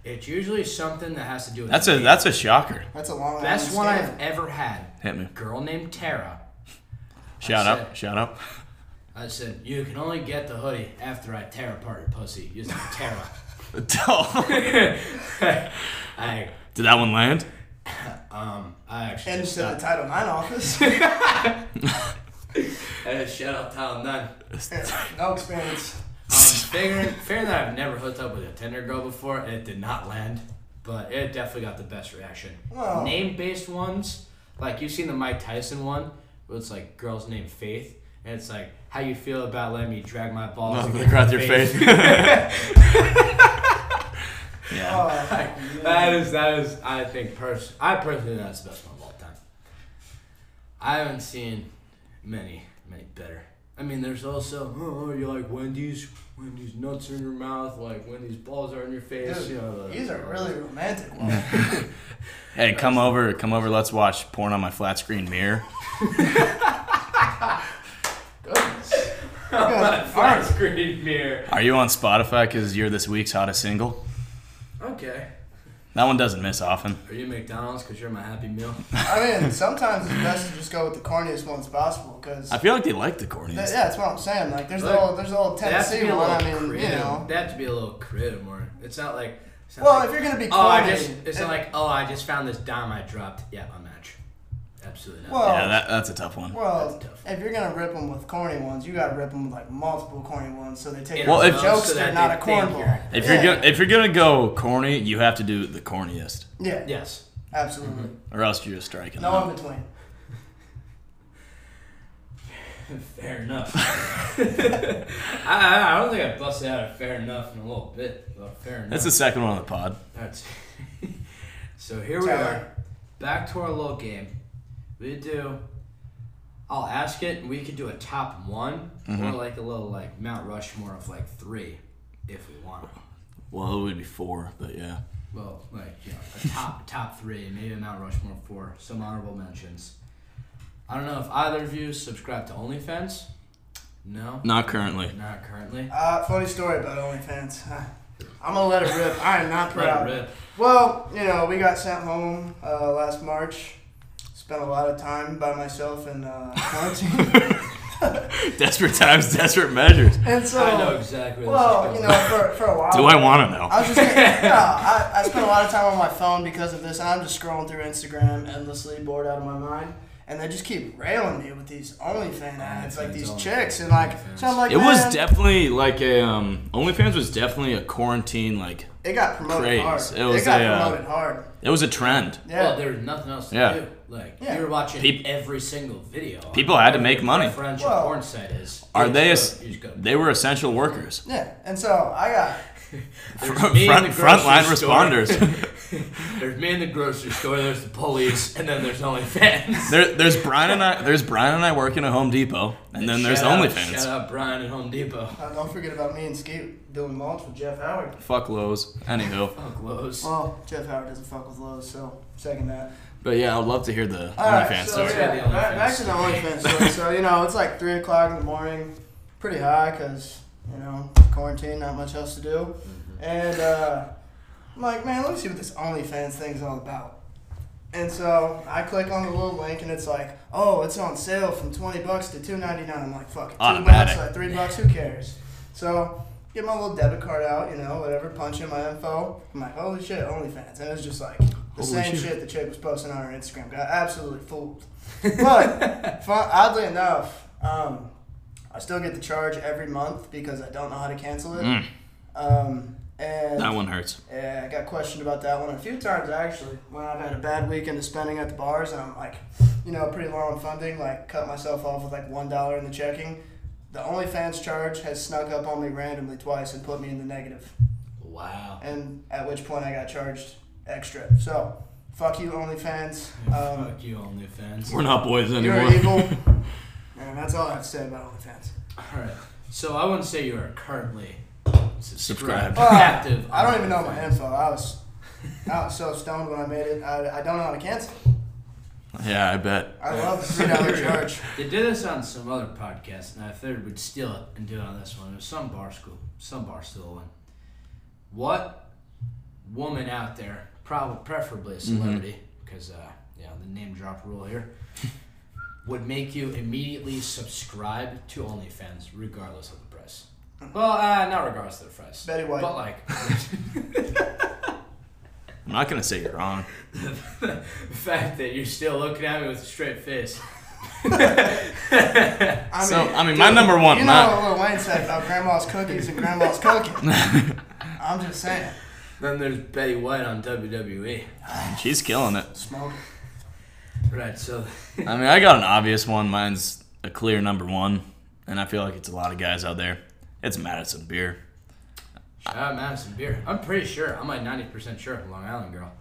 It's usually something that has to do with
That's a
me.
that's a shocker.
That's a long.
best
island
one
stand.
I've ever had.
Hit me.
Girl named Tara.
Shout
That's
out.
it.
Shout out.
I said, you can only get the hoodie after I tear apart your pussy using Tara. I
Did that one land?
um I actually
And
just
to the
stopped.
Title IX office.
Hey, shout out Tyler Nunn.
no experience.
Lost.
Figuring, figuring that I've never hooked up with a Tinder girl before, and it did not land, but it definitely got the best reaction.
Wow.
Name based ones, like you've seen the Mike Tyson one, where it's like girls named Faith, and it's like how you feel about letting me drag my balls
Nothing
against
across your face. yeah.
Oh,
that is that is I think pers- I personally think that's the best one of all time. I haven't seen many many better. I mean, there's also oh you like Wendy's Wendy's nuts are in your mouth like Wendy's balls are in your face.
Dude,
you know,
These are really romantic ones.
Hey, come over, come over. Let's watch porn on my flat screen mirror.
Goodness.
flat screen mirror.
Are you on Spotify? Cause you're this week's hottest single.
Okay.
That one doesn't miss often.
Are you McDonald's? Cause you're my Happy Meal.
I mean, sometimes it's best to just go with the corniest ones possible because.
I feel like they like the corniest.
yeah, that's what I'm saying. Like, there's the
Look,
old, there's the old
They have to
Tennessee
be a
one.
little
I mean,
creative.
you know.
They have to be a little creative more. It's not like. It's not
Well,
like,
if you're gonna be
Oh,
corny,
I just. It's
it-
not like oh, I just found this dime I dropped. Yeah, I'll match. Absolutely not.
Well,
Yeah, that, that's a tough one.
Well,
That's tough.
if you're gonna rip them with corny ones, you gotta rip them with like multiple corny ones, so they take
Well,
well,
if-
if, jokes.
so that
they're not
they
a
think you're-
cornball.
If
yeah.
you're gonna if you're gonna go corny, you have to do the corniest,
yeah,
yes.
absolutely,
Mm-hmm.
or else you're just striking.
no
out.
in between.
Fair enough. I, I I don't think I busted out a fair enough in a little bit. But fair enough.
That's the second one on the pod.
That's- so here we
Tyler.
are, back to our little game. We do. I'll ask it, and we could do a top one or like a little like Mount Rushmore of like three, if we want.
Well, it would be four, but yeah.
Well, like you know, a top top three, maybe a Mount Rushmore four, some honorable mentions. I don't know if either of you subscribe to OnlyFans. No,
Not currently.
not currently.
Uh, funny story about OnlyFans. I'm gonna let it rip. I am not
Let it
proud.
rip.
Well, you know, we got sent home uh, last March. Spent a lot of time by myself in uh, quarantine,
Desperate times, desperate measures.
and so
I know exactly. where this is
well,
going.
you know, for, for a while.
Do I want to know?
I was just gonna, no, I, I spent a lot of time on my phone because of this, and I'm just scrolling through Instagram endlessly, bored out of my mind. And they just keep railing me with these OnlyFans ads, like these
OnlyFans,
chicks, and like, so I'm like,
It was
man,
definitely like a um, OnlyFans was definitely a quarantine like
it got promoted
craze.
hard.
It was
got
a, uh,
promoted hard.
it was a trend.
Yeah,
Well, there was nothing else to
Yeah.
do. Like
Yeah.
you were watching
Peop-
every single video.
People had to make money.
French
Well-
porn site is.
Are
You
they?
just
es-
go- you just go-
They were essential workers.
yeah. And so I got
There's
Front,
me in the
frontline
grocery store.
responders.
There's me in the grocery store. There's the police, and then there's OnlyFans.
there, there's Brian and I. There's Brian and I working at Home Depot, and then there's
Shout out- Shout
OnlyFans.
out Brian at Home Depot.
uh, don't forget about me and Skeet doing mulch with Jeff Howard.
Fuck Lowe's. Anywho.
Fuck Lowe's.
Well, Jeff Howard doesn't fuck with Lowe's, so second that.
But yeah, I'd love to hear the
All right,
OnlyFans
so
story.
yeah,
Yeah, the
back,
OnlyFans
back to the OnlyFans story. so you know, it's like three o'clock in the morning, pretty high because you know quarantine, not much else to do,
Mm-hmm.
and uh, I'm like, man, let me see what this OnlyFans thing's all about. And so I click on the little link, and it's like, oh, it's on sale from twenty bucks to two ninety nine. I'm like, fuck, it, two bucks,
Automatic.
like three bucks, who cares? So. Get my little debit card out, you know, whatever, punch in my info. I'm like, holy shit, OnlyFans. And it was just like the
Holy
same
shit.
shit the chick was posting on her Instagram. Got absolutely fooled. But fun, oddly enough, um, I still get the charge every month because I don't know how to cancel it.
Mm.
Um, and
That one hurts.
yeah, I got questioned about that one a few times actually. When I've had a bad weekend of spending at the bars and I'm like, you know, pretty low on funding, like cut myself off with like one dollar in the checking. The OnlyFans charge has snuck up on me randomly twice and put me in the negative.
Wow.
And at which point I got charged extra. So, fuck you, OnlyFans. Um,
Fuck you, OnlyFans.
We're not boys
you're
anymore.
evil. And that's all I have to say about OnlyFans.
All right. So I wouldn't say you are currently
Subscribed.
subscribed.
Well,
Active.
I
on
don't even know my
OnlyFans.
info. I was, I was so stoned when I made it. I, I don't know how to cancel.
Yeah, I bet.
I love the three dollar charge.
They did this on some other podcast, and I figured we'd steal it and do it on this one. It was some bar school, some bar school one. What woman out there, probably preferably a celebrity, because uh, you know the name drop rule here, would make you immediately subscribe to OnlyFans regardless of the price? Well, uh, not regardless of the price.
Betty White.
But like
I'm not gonna say you're wrong.
the fact that you're still looking at me with a straight face.
I mean,
So, I mean, my number one,
You know
not-
what Lil Wayne said about grandma's cookies and grandma's cooking. I'm just saying,
Then there's Betty White on E. WWE.
She's killing it.
smoke.
Right, so
I mean, I got an obvious one. Mine's a clear number one, and I feel like it's a lot of guys out there. It's Madison Beer.
shout out Madison Beer. I'm pretty sure. I'm like 90% sure. Long Island girl.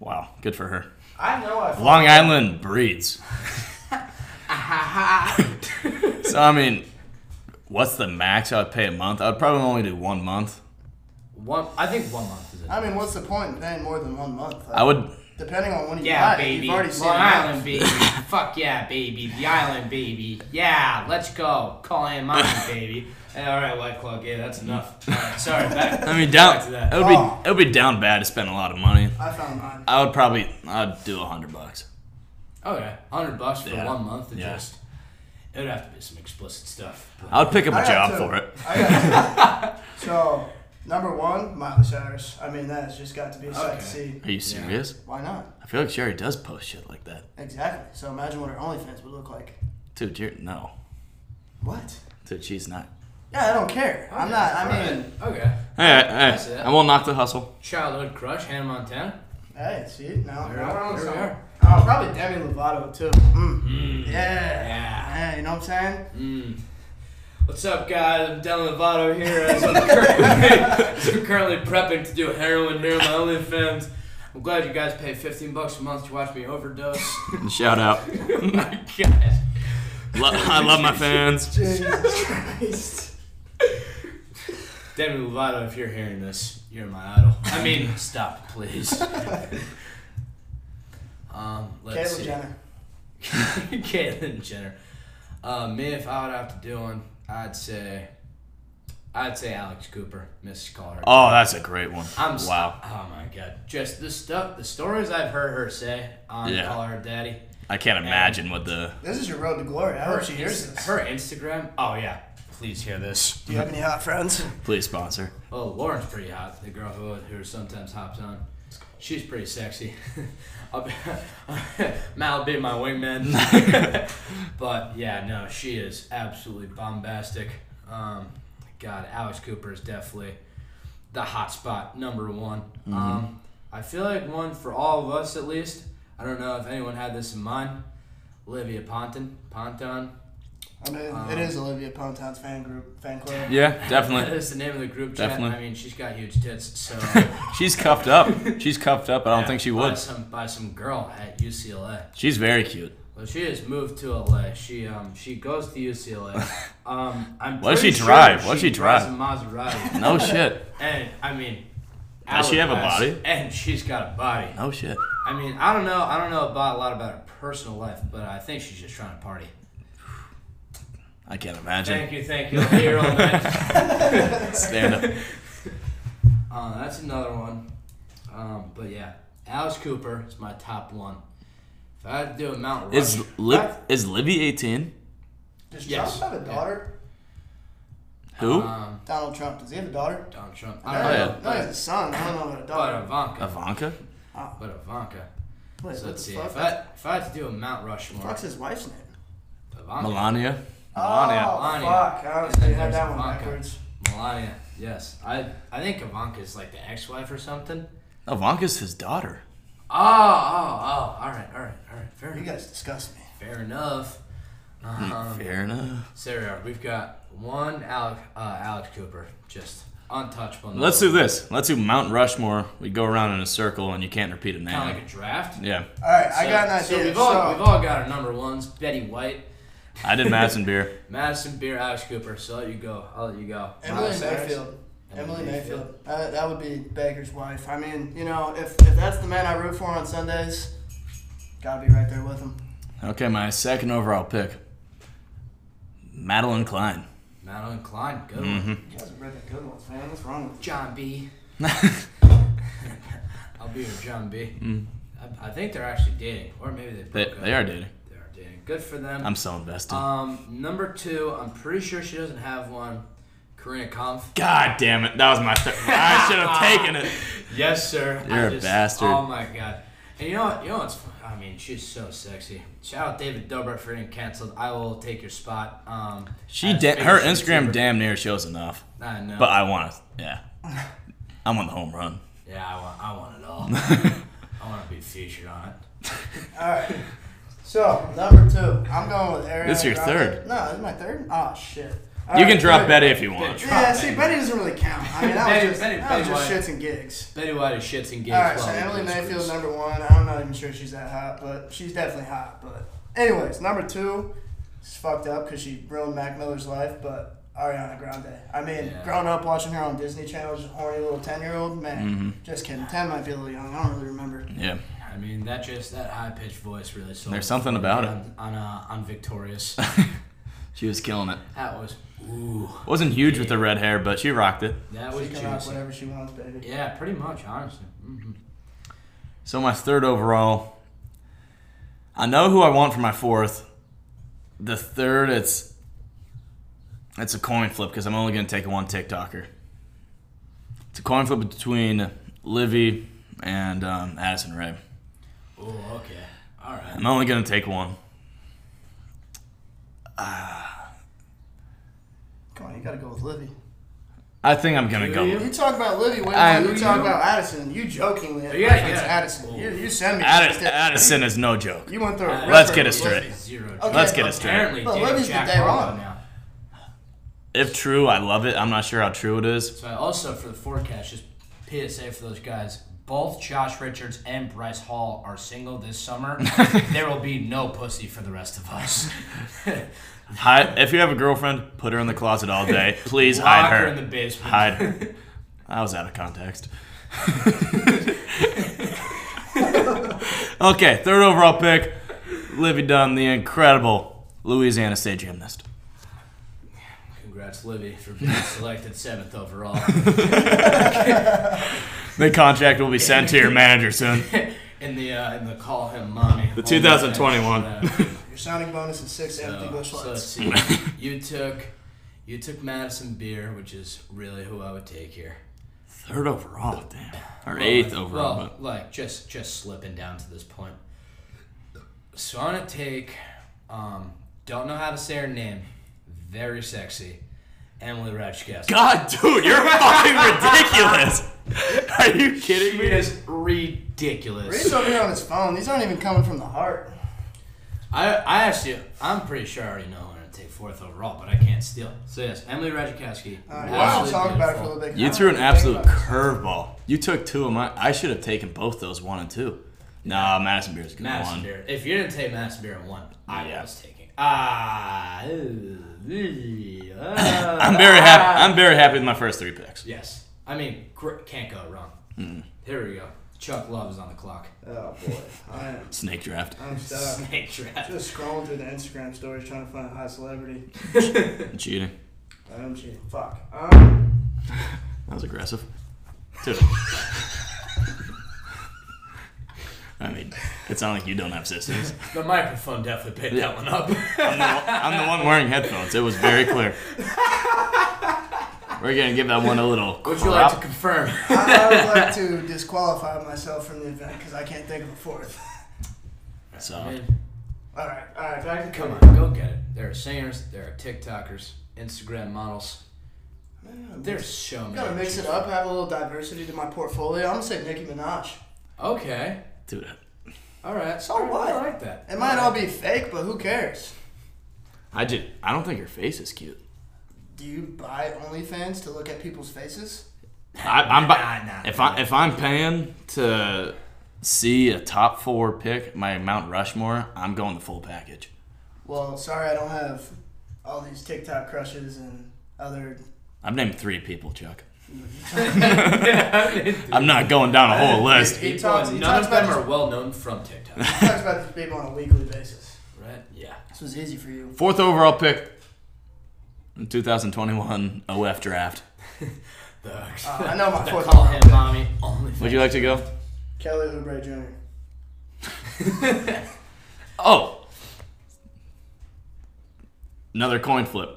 Wow, good for her.
I know I. fuck-
Long Island breeds. so I mean, what's the max I would pay a month? I'd probably only do one month.
One, I think one month is it.
I mean, what's the point in paying more than one month? Like,
I would.
depending on when you
Yeah,
buy it,
baby.
you've already seen
Long
enough.
Island baby. Fuck yeah, baby. The island baby. Yeah, let's go. Call in mommy, baby. Eh, all right, White Claw. Yeah, that's enough. All right, sorry. Back,
I mean,
back to
down. It
that.
would
Oh.
be. It would be down bad to spend a lot of money.
I found mine.
I would probably. I'd do a hundred bucks.
Oh yeah, hundred bucks for
Yeah.
one month. It
Yeah.
just it would have to be some explicit stuff. but-
I would pick up
I
a
got
job
two.
for it.
I got two. so, number one, Miley Cyrus. I mean, that has just got to be a sight
Okay.
to see.
Are you serious?
Why not?
I feel like she already does post shit like that.
Exactly. So imagine what her OnlyFans would look like.
Dude, you're no.
What?
Dude, she's not.
Yeah, I don't care. I'm not. I mean,
Alright, okay.
All right,
see
all right.
that.
I won't knock the hustle.
Childhood crush, Hannah Montana.
hey, see, now, now
There we
we're
are.
on
There we
something.
are.
Oh, probably Demi Lovato too. Mm. Yeah.
Yeah.
Yeah, You know what I'm saying?
Mm. What's up, guys? I'm Dylan Lovato here. As I'm, currently, I'm currently prepping to do heroin near my OnlyFans. I'm glad you guys pay 15 bucks a month to watch me overdose.
Shout out.
my God.
Lo- I love my fans.
Jesus Christ.
Demi Lovato, if you're hearing this, you're my idol. I mean, stop, please. um, let's
Caitlyn
see.
Jenner.
Caitlyn Jenner. Uh, me, if I would have to do one, I'd say, I'd say Alex Cooper, Miss Caller.
Oh, that's a great one.
I'm s-
wow.
oh my god, just the stuff, the stories I've heard her say on
Yeah.
Call Her Daddy.
I can't imagine what the.
This is your road to glory. I
Her,
hope she hears
Inst-
this.
her Instagram. Oh yeah, please hear this.
Do you have any hot friends?
Please sponsor.
Oh, Lauren's pretty hot. The girl who who sometimes hops on. She's pretty sexy. I'll be, Matt will be my wingman. but yeah, no, she is absolutely bombastic. Um, God, Alex Cooper is definitely the hot spot, number one.
Mm-hmm.
Um, I feel like one for all of us at least. I don't know if anyone had this in mind. Olivia Ponton, Ponton.
I mean,
Um,
it is Olivia Ponton's fan group, fan club.
Yeah,
That
definitely.
is the name of the group chat.
Definitely.
I mean, she's got huge tits, so.
She's cuffed up. She's cuffed up. I don't think she
by
would.
Some, by some girl at UCLA.
She's very cute.
Well, she has moved to LA. She um she goes to UCLA. Um, I'm.
What does
pretty
she drive?
Sure
What does she
drives A
drive?
Maserati.
No shit.
and I mean.
Does she have a
hourglass,
body?
And she's got a body.
No shit.
I mean, I don't know. I don't know about a lot about her personal life, but I think she's just trying to party.
I can't imagine.
Thank you, thank you. I'll be here all night.
Stand up.
Uh, that's another one. Um, but yeah, Alice Cooper is my top one. If I had to do a Mount Rushmore,
Is Liv, is Livy 18?
Does
Yes.
Trump have a daughter?
Who?
um,
Donald Trump, does he have a daughter?
Donald Trump.
No,
I
Oh,
don't know. Oh,
No, he has a son. I don't know about a
But
daughter.
Ivanka.
Ivanka?
But Ivanka.
Wait,
So
what
let's
the
see.
fuck?
If I, if I had to do a Mount Rushmore,
What's his wife's name?
Ivanka.
Melania?
Oh,
Melania.
fuck. I honestly had that one
Ivanka.
backwards.
Melania. Yes. I I think Ivanka is like the ex-wife or something.
Ivanka's his daughter.
Oh, oh, oh. All right, all right, all right. Fair
You
enough.
guys disgust me.
Fair enough. Um,
Fair enough.
Sarah, we've got one Alec, uh, Alex Cooper, just untouchable.
Let's do this. Let's do Mount Rushmore. We go around in a circle and you can't repeat a name.
Kind of like a draft.
yeah.
All right, I
So-
got an idea.
So
So
we've all we've all got our number ones: Betty White,
I did Madison Beer.
Madison Beer, Alex Cooper. So I'll let you go. I'll let you go.
Emily
Miles Harris.
Mayfield. Emily
Emily Mayfield.
Mayfield. That, that would be Baker's wife. I mean, you know, if, if that's the man I root for on Sundays, gotta be right there with him.
Okay, my second overall pick Madeline Klein.
Madeline Klein,
Mm-hmm.
good one.
You guys are ripping good ones, man. What's wrong with
John B. I'll be with John B. I I think they're actually dating, or maybe they
Mm. They,
broke up.
they are dating.
They are dating. Good for them.
I'm so invested.
Um, number two, I'm pretty sure she doesn't have one. Karina Kampf.
God damn it. That was my third. I should have taken it.
Yes, sir.
You're
I
a bastard.
Oh my god. And you know what? You know what's? fu- I mean, she's so sexy. Shout out David Dobrik for getting canceled. I will take your spot. Um,
She
as
da-
big
her
as
Instagram
YouTuber.
damn near shows enough,
I know.
but I want to. Yeah, I'm on the home run.
yeah, I want. I want it all. I want to be featured on it.
All right. So number two, I'm going with Ariana.
This is your
Grande.
third.
No, it's my third. Oh shit. All
You
right,
can drop
good.
Betty if you want.
Bitch.
Yeah, see, Betty doesn't really count. I mean, that
Betty-
was just,
Betty-
that
Betty
was just
White.
shits and gigs.
Betty White is shits and gigs.
All right, so
while we
Emily
do this
Mayfield's
cruise.
number one. I'm not even sure she's that hot, but she's definitely hot. But anyways, number two, it's fucked up because she ruined Mac Miller's life, but Ariana Grande. I mean,
Yeah.
growing up watching her on Disney Channel, just a horny little ten year old man.
Mm-hmm.
Just kidding, ten might be a little young. I don't really remember.
Yeah,
I mean, that just that high pitched voice really sold.
There's
it
something
for me
about it.
on, On uh, on Victorious,
she was killing it.
that was ooh,
Wasn't huge with the red hair, but she rocked it.
that
She
was
can rock
juicy.
whatever she wants, baby.
Yeah, pretty much, honestly. hmm
So my third overall, I know who I want for my fourth. The third, it's it's a coin flip because I'm only going to take one TikToker. It's a coin flip between Livy and um, Addison Ray.
Ooh, Oh, okay, all right.
I'm only going to take one.
Come on, you gotta go with Livy.
I think I'm going to
Do
go.
you?
You talk about Livy way
I-
more than you talk about Addison. You jokingly had
Yeah,
referenced
yeah.
Addison. You, you send me.
Addis, Addison is no joke.
You went through. a
Let's
record
get it
with
straight.
Livy.
Zero.
Okay,
Let's get
but
it straight.
Apparently,
But
dating
Livy's the
Jack
day
Harlow
one.
now.
If true, I love it. I'm not sure how true it is.
So also for the forecast, just PSA for those guys. Both Josh Richards and Bryce Hall are single this summer. there will be no pussy for the rest of us.
Hi, if you have a girlfriend, put her in the closet all day. Please
Lock
hide
her
her.
in the basement.
Hide her. I was out of context. okay, third overall pick, Livy Dunn, the incredible Louisiana State gymnast.
Congrats, Livy, for being selected seventh overall.
The contract will be sent to your manager soon.
in the uh, in the call him mommy. The
2021.
Your sounding bonus is six empty
So,
bush
so let's
lights.
see. You took you took Madison Beer, which is really who I would take here.
Third overall, damn. Or eighth overall.
Well, like just just slipping down to this point. So I'm gonna take. Um, don't know how to say her name. Very sexy, Emily Ratajkowski.
but- God, dude, you're fucking ridiculous. Are you kidding
She
me?
is ridiculous.
Reed's over here on his phone. These aren't even coming from the heart.
I, I asked you. I'm pretty sure I already know who I'm gonna take fourth overall, but I can't steal. So yes, Emily Ratajkowski.
All right,
absolutely
we'll talk about it for a
beautiful.
little bit.
You threw an absolute curveball. You took two of my. I should have taken both those one and two. Nah, Madison Beer's good
Madison
one.
Beer. If you didn't take Madison Beer in one, I
Yeah.
was taking. Ah. ooh, ah.
I'm very happy. I'm very happy with my first three picks.
Yes. I mean, gr- can't go wrong. Here we go. Chuck Love is on the clock.
Oh boy, I am.
Snake draft.
I'm stuck.
Snake draft.
Just scrolling through the Instagram stories trying to find a hot celebrity.
Cheating.
I don't cheat. Fuck. Um,
That was aggressive. Dude. I mean, it's not like you don't have sisters.
The microphone definitely picked that one up.
I'm the, I'm the one wearing headphones. It was very clear. We're gonna give that one a little.
Would you like to
crop.
confirm?
I would like to disqualify myself from the event because I can't think of a fourth.
I
So,
mean,
All right, all right, back to
come
come
on, go get it. There are singers, there are TikTokers, Instagram models.
on.
There's so many.
Gotta mix it up, have a little diversity to my portfolio. I'm gonna say Nicki Minaj.
Okay.
dude,
All right.
So
All right,
what?
I like that.
It might all be fake, but who cares?
I just I don't think your face is cute.
Do you buy OnlyFans to look at people's faces?
I, I'm bu-
nah,
if I if I'm paying to see a top four pick, my Mount Rushmore, I'm going the full package.
Well, sorry, I don't have all these TikTok crushes and other.
I've named three people, Chuck. I'm not going down a whole list.
He
People,
talks-
and
he
none
talks
of them
about
are well known from TikTok.
He talks about these people on a weekly basis.
right? Yeah.
This was easy for you.
Fourth overall pick in 2021 OF draft.
The,
Uh, I know my
the
fourth
call
one.
him mommy only.
Would you like to go?
Kelly Oubre Jr.
Oh, another coin flip.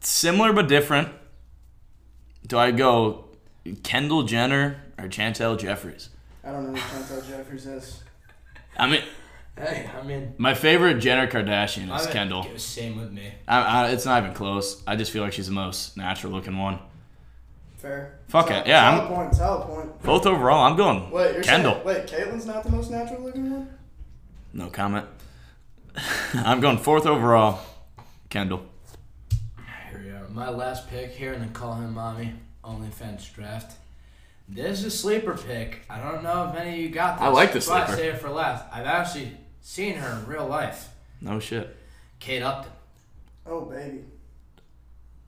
Similar but different. Do I go Kendall Jenner or Chantel Jeffries?
I I don't know what Chantel Jeffries is.
I mean,
Hey, I mean,
my favorite Jenner Kardashian
I
is
mean,
Kendall.
Same with me.
I, I, it's not even close. I just feel like she's the most natural looking one.
Fair.
Fuck
Solid-
it, yeah,
Solid point. Solid point.
Both overall, I'm going
Wait, you're
Kendall.
Saying, wait, Caitlyn's not the most natural looking one.
No comment. I'm going fourth overall, Kendall.
Here we are. My last pick here, and then call him mommy. OnlyFans draft. This is a sleeper pick. I don't know if any of you got this.
I like this
but I
sleeper.
say it for last. I've actually seen her in real life.
No shit.
Kate Upton.
Oh baby,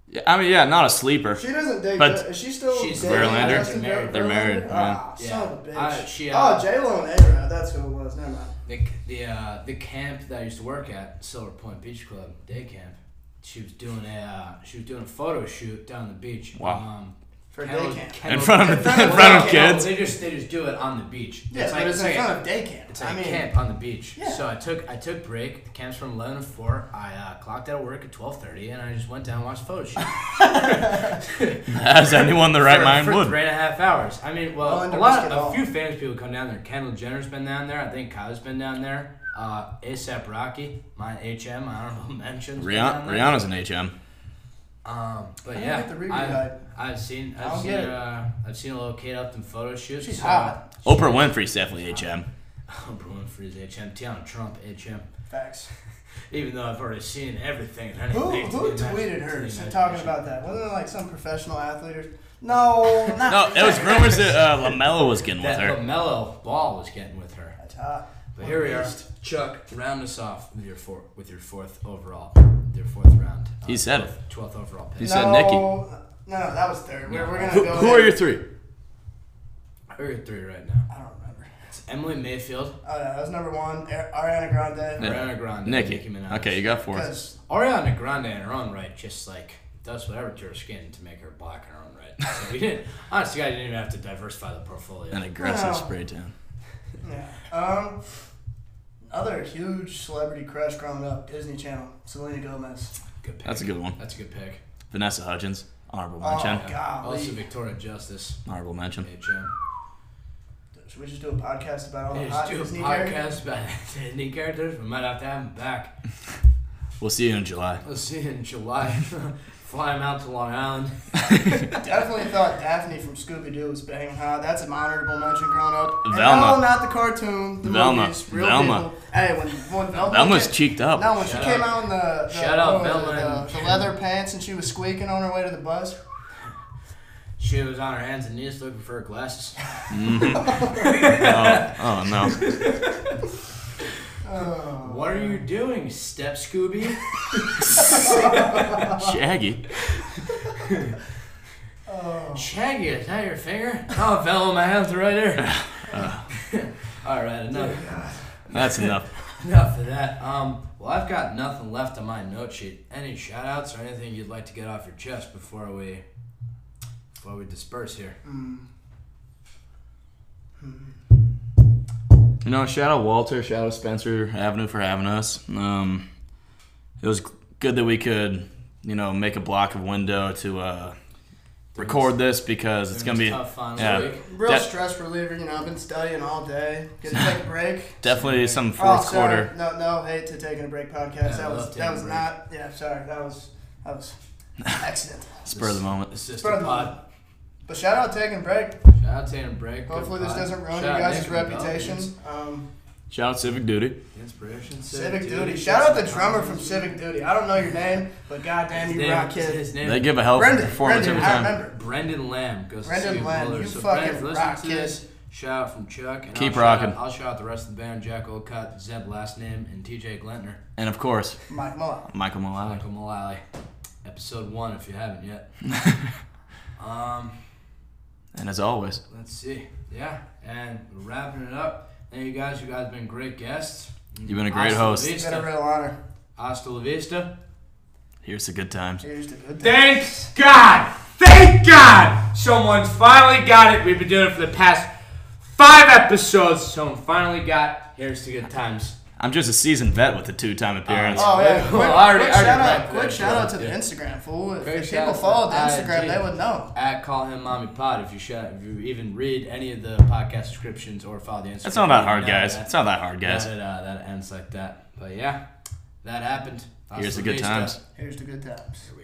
Yeah, I mean, yeah, not a sleeper.
she doesn't date.
But
Ju- is she still?
she's
dating
Verlander.
Justin
They're married.
They're married,
Ah,
yeah.
son of a
Yeah.
bitch.
I- she,
oh,
uh,
J Lo and A Rod. That's who it was. Never mind.
The the uh, the camp that I used to work at, Silver Point Beach Club day camp. She was doing a uh, she was doing a photo shoot down the beach.
Wow.
Um,
For
Kendall-
day camp.
Kendall-
In front of-
Kendall-
in front
of
Kendall-
kids?
They just they just do it on the beach.
Yeah,
It's
but
like-
it's in
like a-
front of day camp.
It's
I
like
mean,
camp on the beach.
Yeah.
So I took I took break. The camp's from eleven to four. I uh, clocked out of work at twelve thirty, and I just went down and watched a photo shoot.
As anyone the right
for,
mind
for
would.
three and a half hours. I mean, well,
Willing
a
to
lot,
risk it all.
a few famous people come down there. Kendall Jenner's been down there. I think Kyle's been down there. Uh, ASAP Rocky, my HM, honorable mentions.
Rihanna, Rihanna's an HM.
Um, but
don't
yeah,
get the Riri
I've,
hype.
I've seen,
I don't
I've seen,
get it.
uh, I've seen a little Kate Upton photo shoot.
She's hot.
Oprah Winfrey's definitely HM.
Oprah Winfrey's HM. Tiana Trump HM.
Facts.
Even though I've already seen everything and
Who,
anything.
who
to the
tweeted
imagi- to
her
the
so talking
imagination.
about that? Wasn't it like some professional athlete or? No, not
No, it was rumors that uh, Lamelo was getting with
That
her.
Lamelo Ball was getting with her.
That's hot.
But here we are,
Beast.
Chuck. Round us off with your four, with your fourth overall, your fourth round. Uh,
He said it.
twelfth overall pick.
He
no,
said Nicki.
No, that was third. We're, we're gonna
Who,
go.
who are
there.
your three?
Who are your three right now?
I don't remember.
It's Emily Mayfield,
Oh yeah, that was number one. Ar- Ariana Grande.
Yeah.
Ariana Grande,
Nikki.
Minaj.
Okay, you got four.
Because
Ariana Grande in her own right just like does whatever to her skin to make her black in her own right. So we didn't. Honestly, I didn't even have to diversify the portfolio.
An aggressive
No.
spray tan.
Yeah. Um, other huge celebrity crush growing up, Disney Channel, Selena Gomez.
Good pick.
That's a good one.
That's a good pick.
Vanessa Hudgens. Honorable
Oh,
mention.
God.
Also, Victoria Justice.
Honorable mention.
HM.
Should we just do a podcast about all the
Hey,
Oh, hot
just do a
Disney characters?
podcast about Disney characters. We might have to have them back.
We'll see you in July.
Let's see in July. Fly him out to Long Island.
Definitely thought Daphne from Scooby Doo was bang hot. That's an honorable mention growing up. And
Velma.
no, not the cartoon. The
Velma.
Movies, real
Velma.
People. Hey, when, when Velma.
Velma's
came-
cheeked up.
No, when she
Shout
came
out.
out in the, the,
Shout out
what was it,
Velma
the,
and-
the leather pants and she was squeaking on her way to the bus.
She was on her hands and knees looking for her glasses.
Oh, oh no.
Oh,
What are you doing, Step Scooby?
Shaggy.
Oh.
Shaggy, is that your finger? Oh, Vellum, I have the right ear. All right, enough,
That's enough.
enough of that. Um, well, I've got nothing left on my note sheet. Any shout outs or anything you'd like to get off your chest before we before we disperse here?
Mm.
You know, shout out Walter, shout out Spencer Avenue for having us. Um, it was good that we could, you know, make a block of window to uh, record this because it's gonna be
tough final
yeah,
week.
Real
That-
stress reliever, you know. I've been studying all day. Gonna take a break.
definitely some
Oh,
fourth
sorry.
quarter.
No, no hate to taking a break podcast.
Yeah, I
that
love
was
taking a
that was
break.
not. Yeah, sorry. That was that was accidental.
Spur of the moment.
Assistant
Spur of the
pod.
moment. But shout out taking a break.
Shout out to Tanner Break. good
Hopefully this
pod.
doesn't ruin
Shout out
you guys'
Nick Rebell,
reputation.
ins-
Um,
Shout out Civic Duty.
Inspiration.
Civic Duty. Shout out the drummer from Civic Duty. I don't know your name, but goddamn,
His
you
name,
rock kid.
his name
They give a hell of a
Brendan.
performance
Brendan.
every
I
time.
remember.
Brendan Lamb goes
Brendan
to see
Lamb,
Mueller.
you
so
fucking
Brendan, if you listen
rock,
to this. Shout out from Chuck. And
Keep
I'll shout
rocking.
out- I'll shout out the rest of the band: Jack Olcott, Zeb Last Name, and TJ Glentner.
And of course,
Mike Mullally.
Michael Malalik.
Michael Mullally. Episode one, if you haven't yet. um,
And as always,
let's see. Yeah, and we're wrapping it up. Thank you guys. You guys have been great guests.
you've been a great
Hasta
host.
la
It's been a
vista.
real honor.
Hasta la vista.
Here's the good times.
Here's the good.
Thanks God. Thank God. Someone's finally got it. We've been doing it for the past five episodes. Someone finally got
Here's to good times.
I'm just a seasoned vet with a two-time appearance.
Oh yeah! Quick,
Well, I already- I already
quick shout out!
liked
Quick
that,
shout
yeah.
out to the
Yeah.
Instagram fool. If
Great shout
people
out
followed the
to
Instagram,
IG.
they would know.
At call him mommy pod if you shout, if you even read any of the podcast descriptions or follow the Instagram.
It's not that hard,
No,
guys.
that-
It's not that hard, guys.
That, it, uh, that ends like that. But yeah, that happened.
Here's the
Hasta
good
vista.
times.
Here's the good times.
Here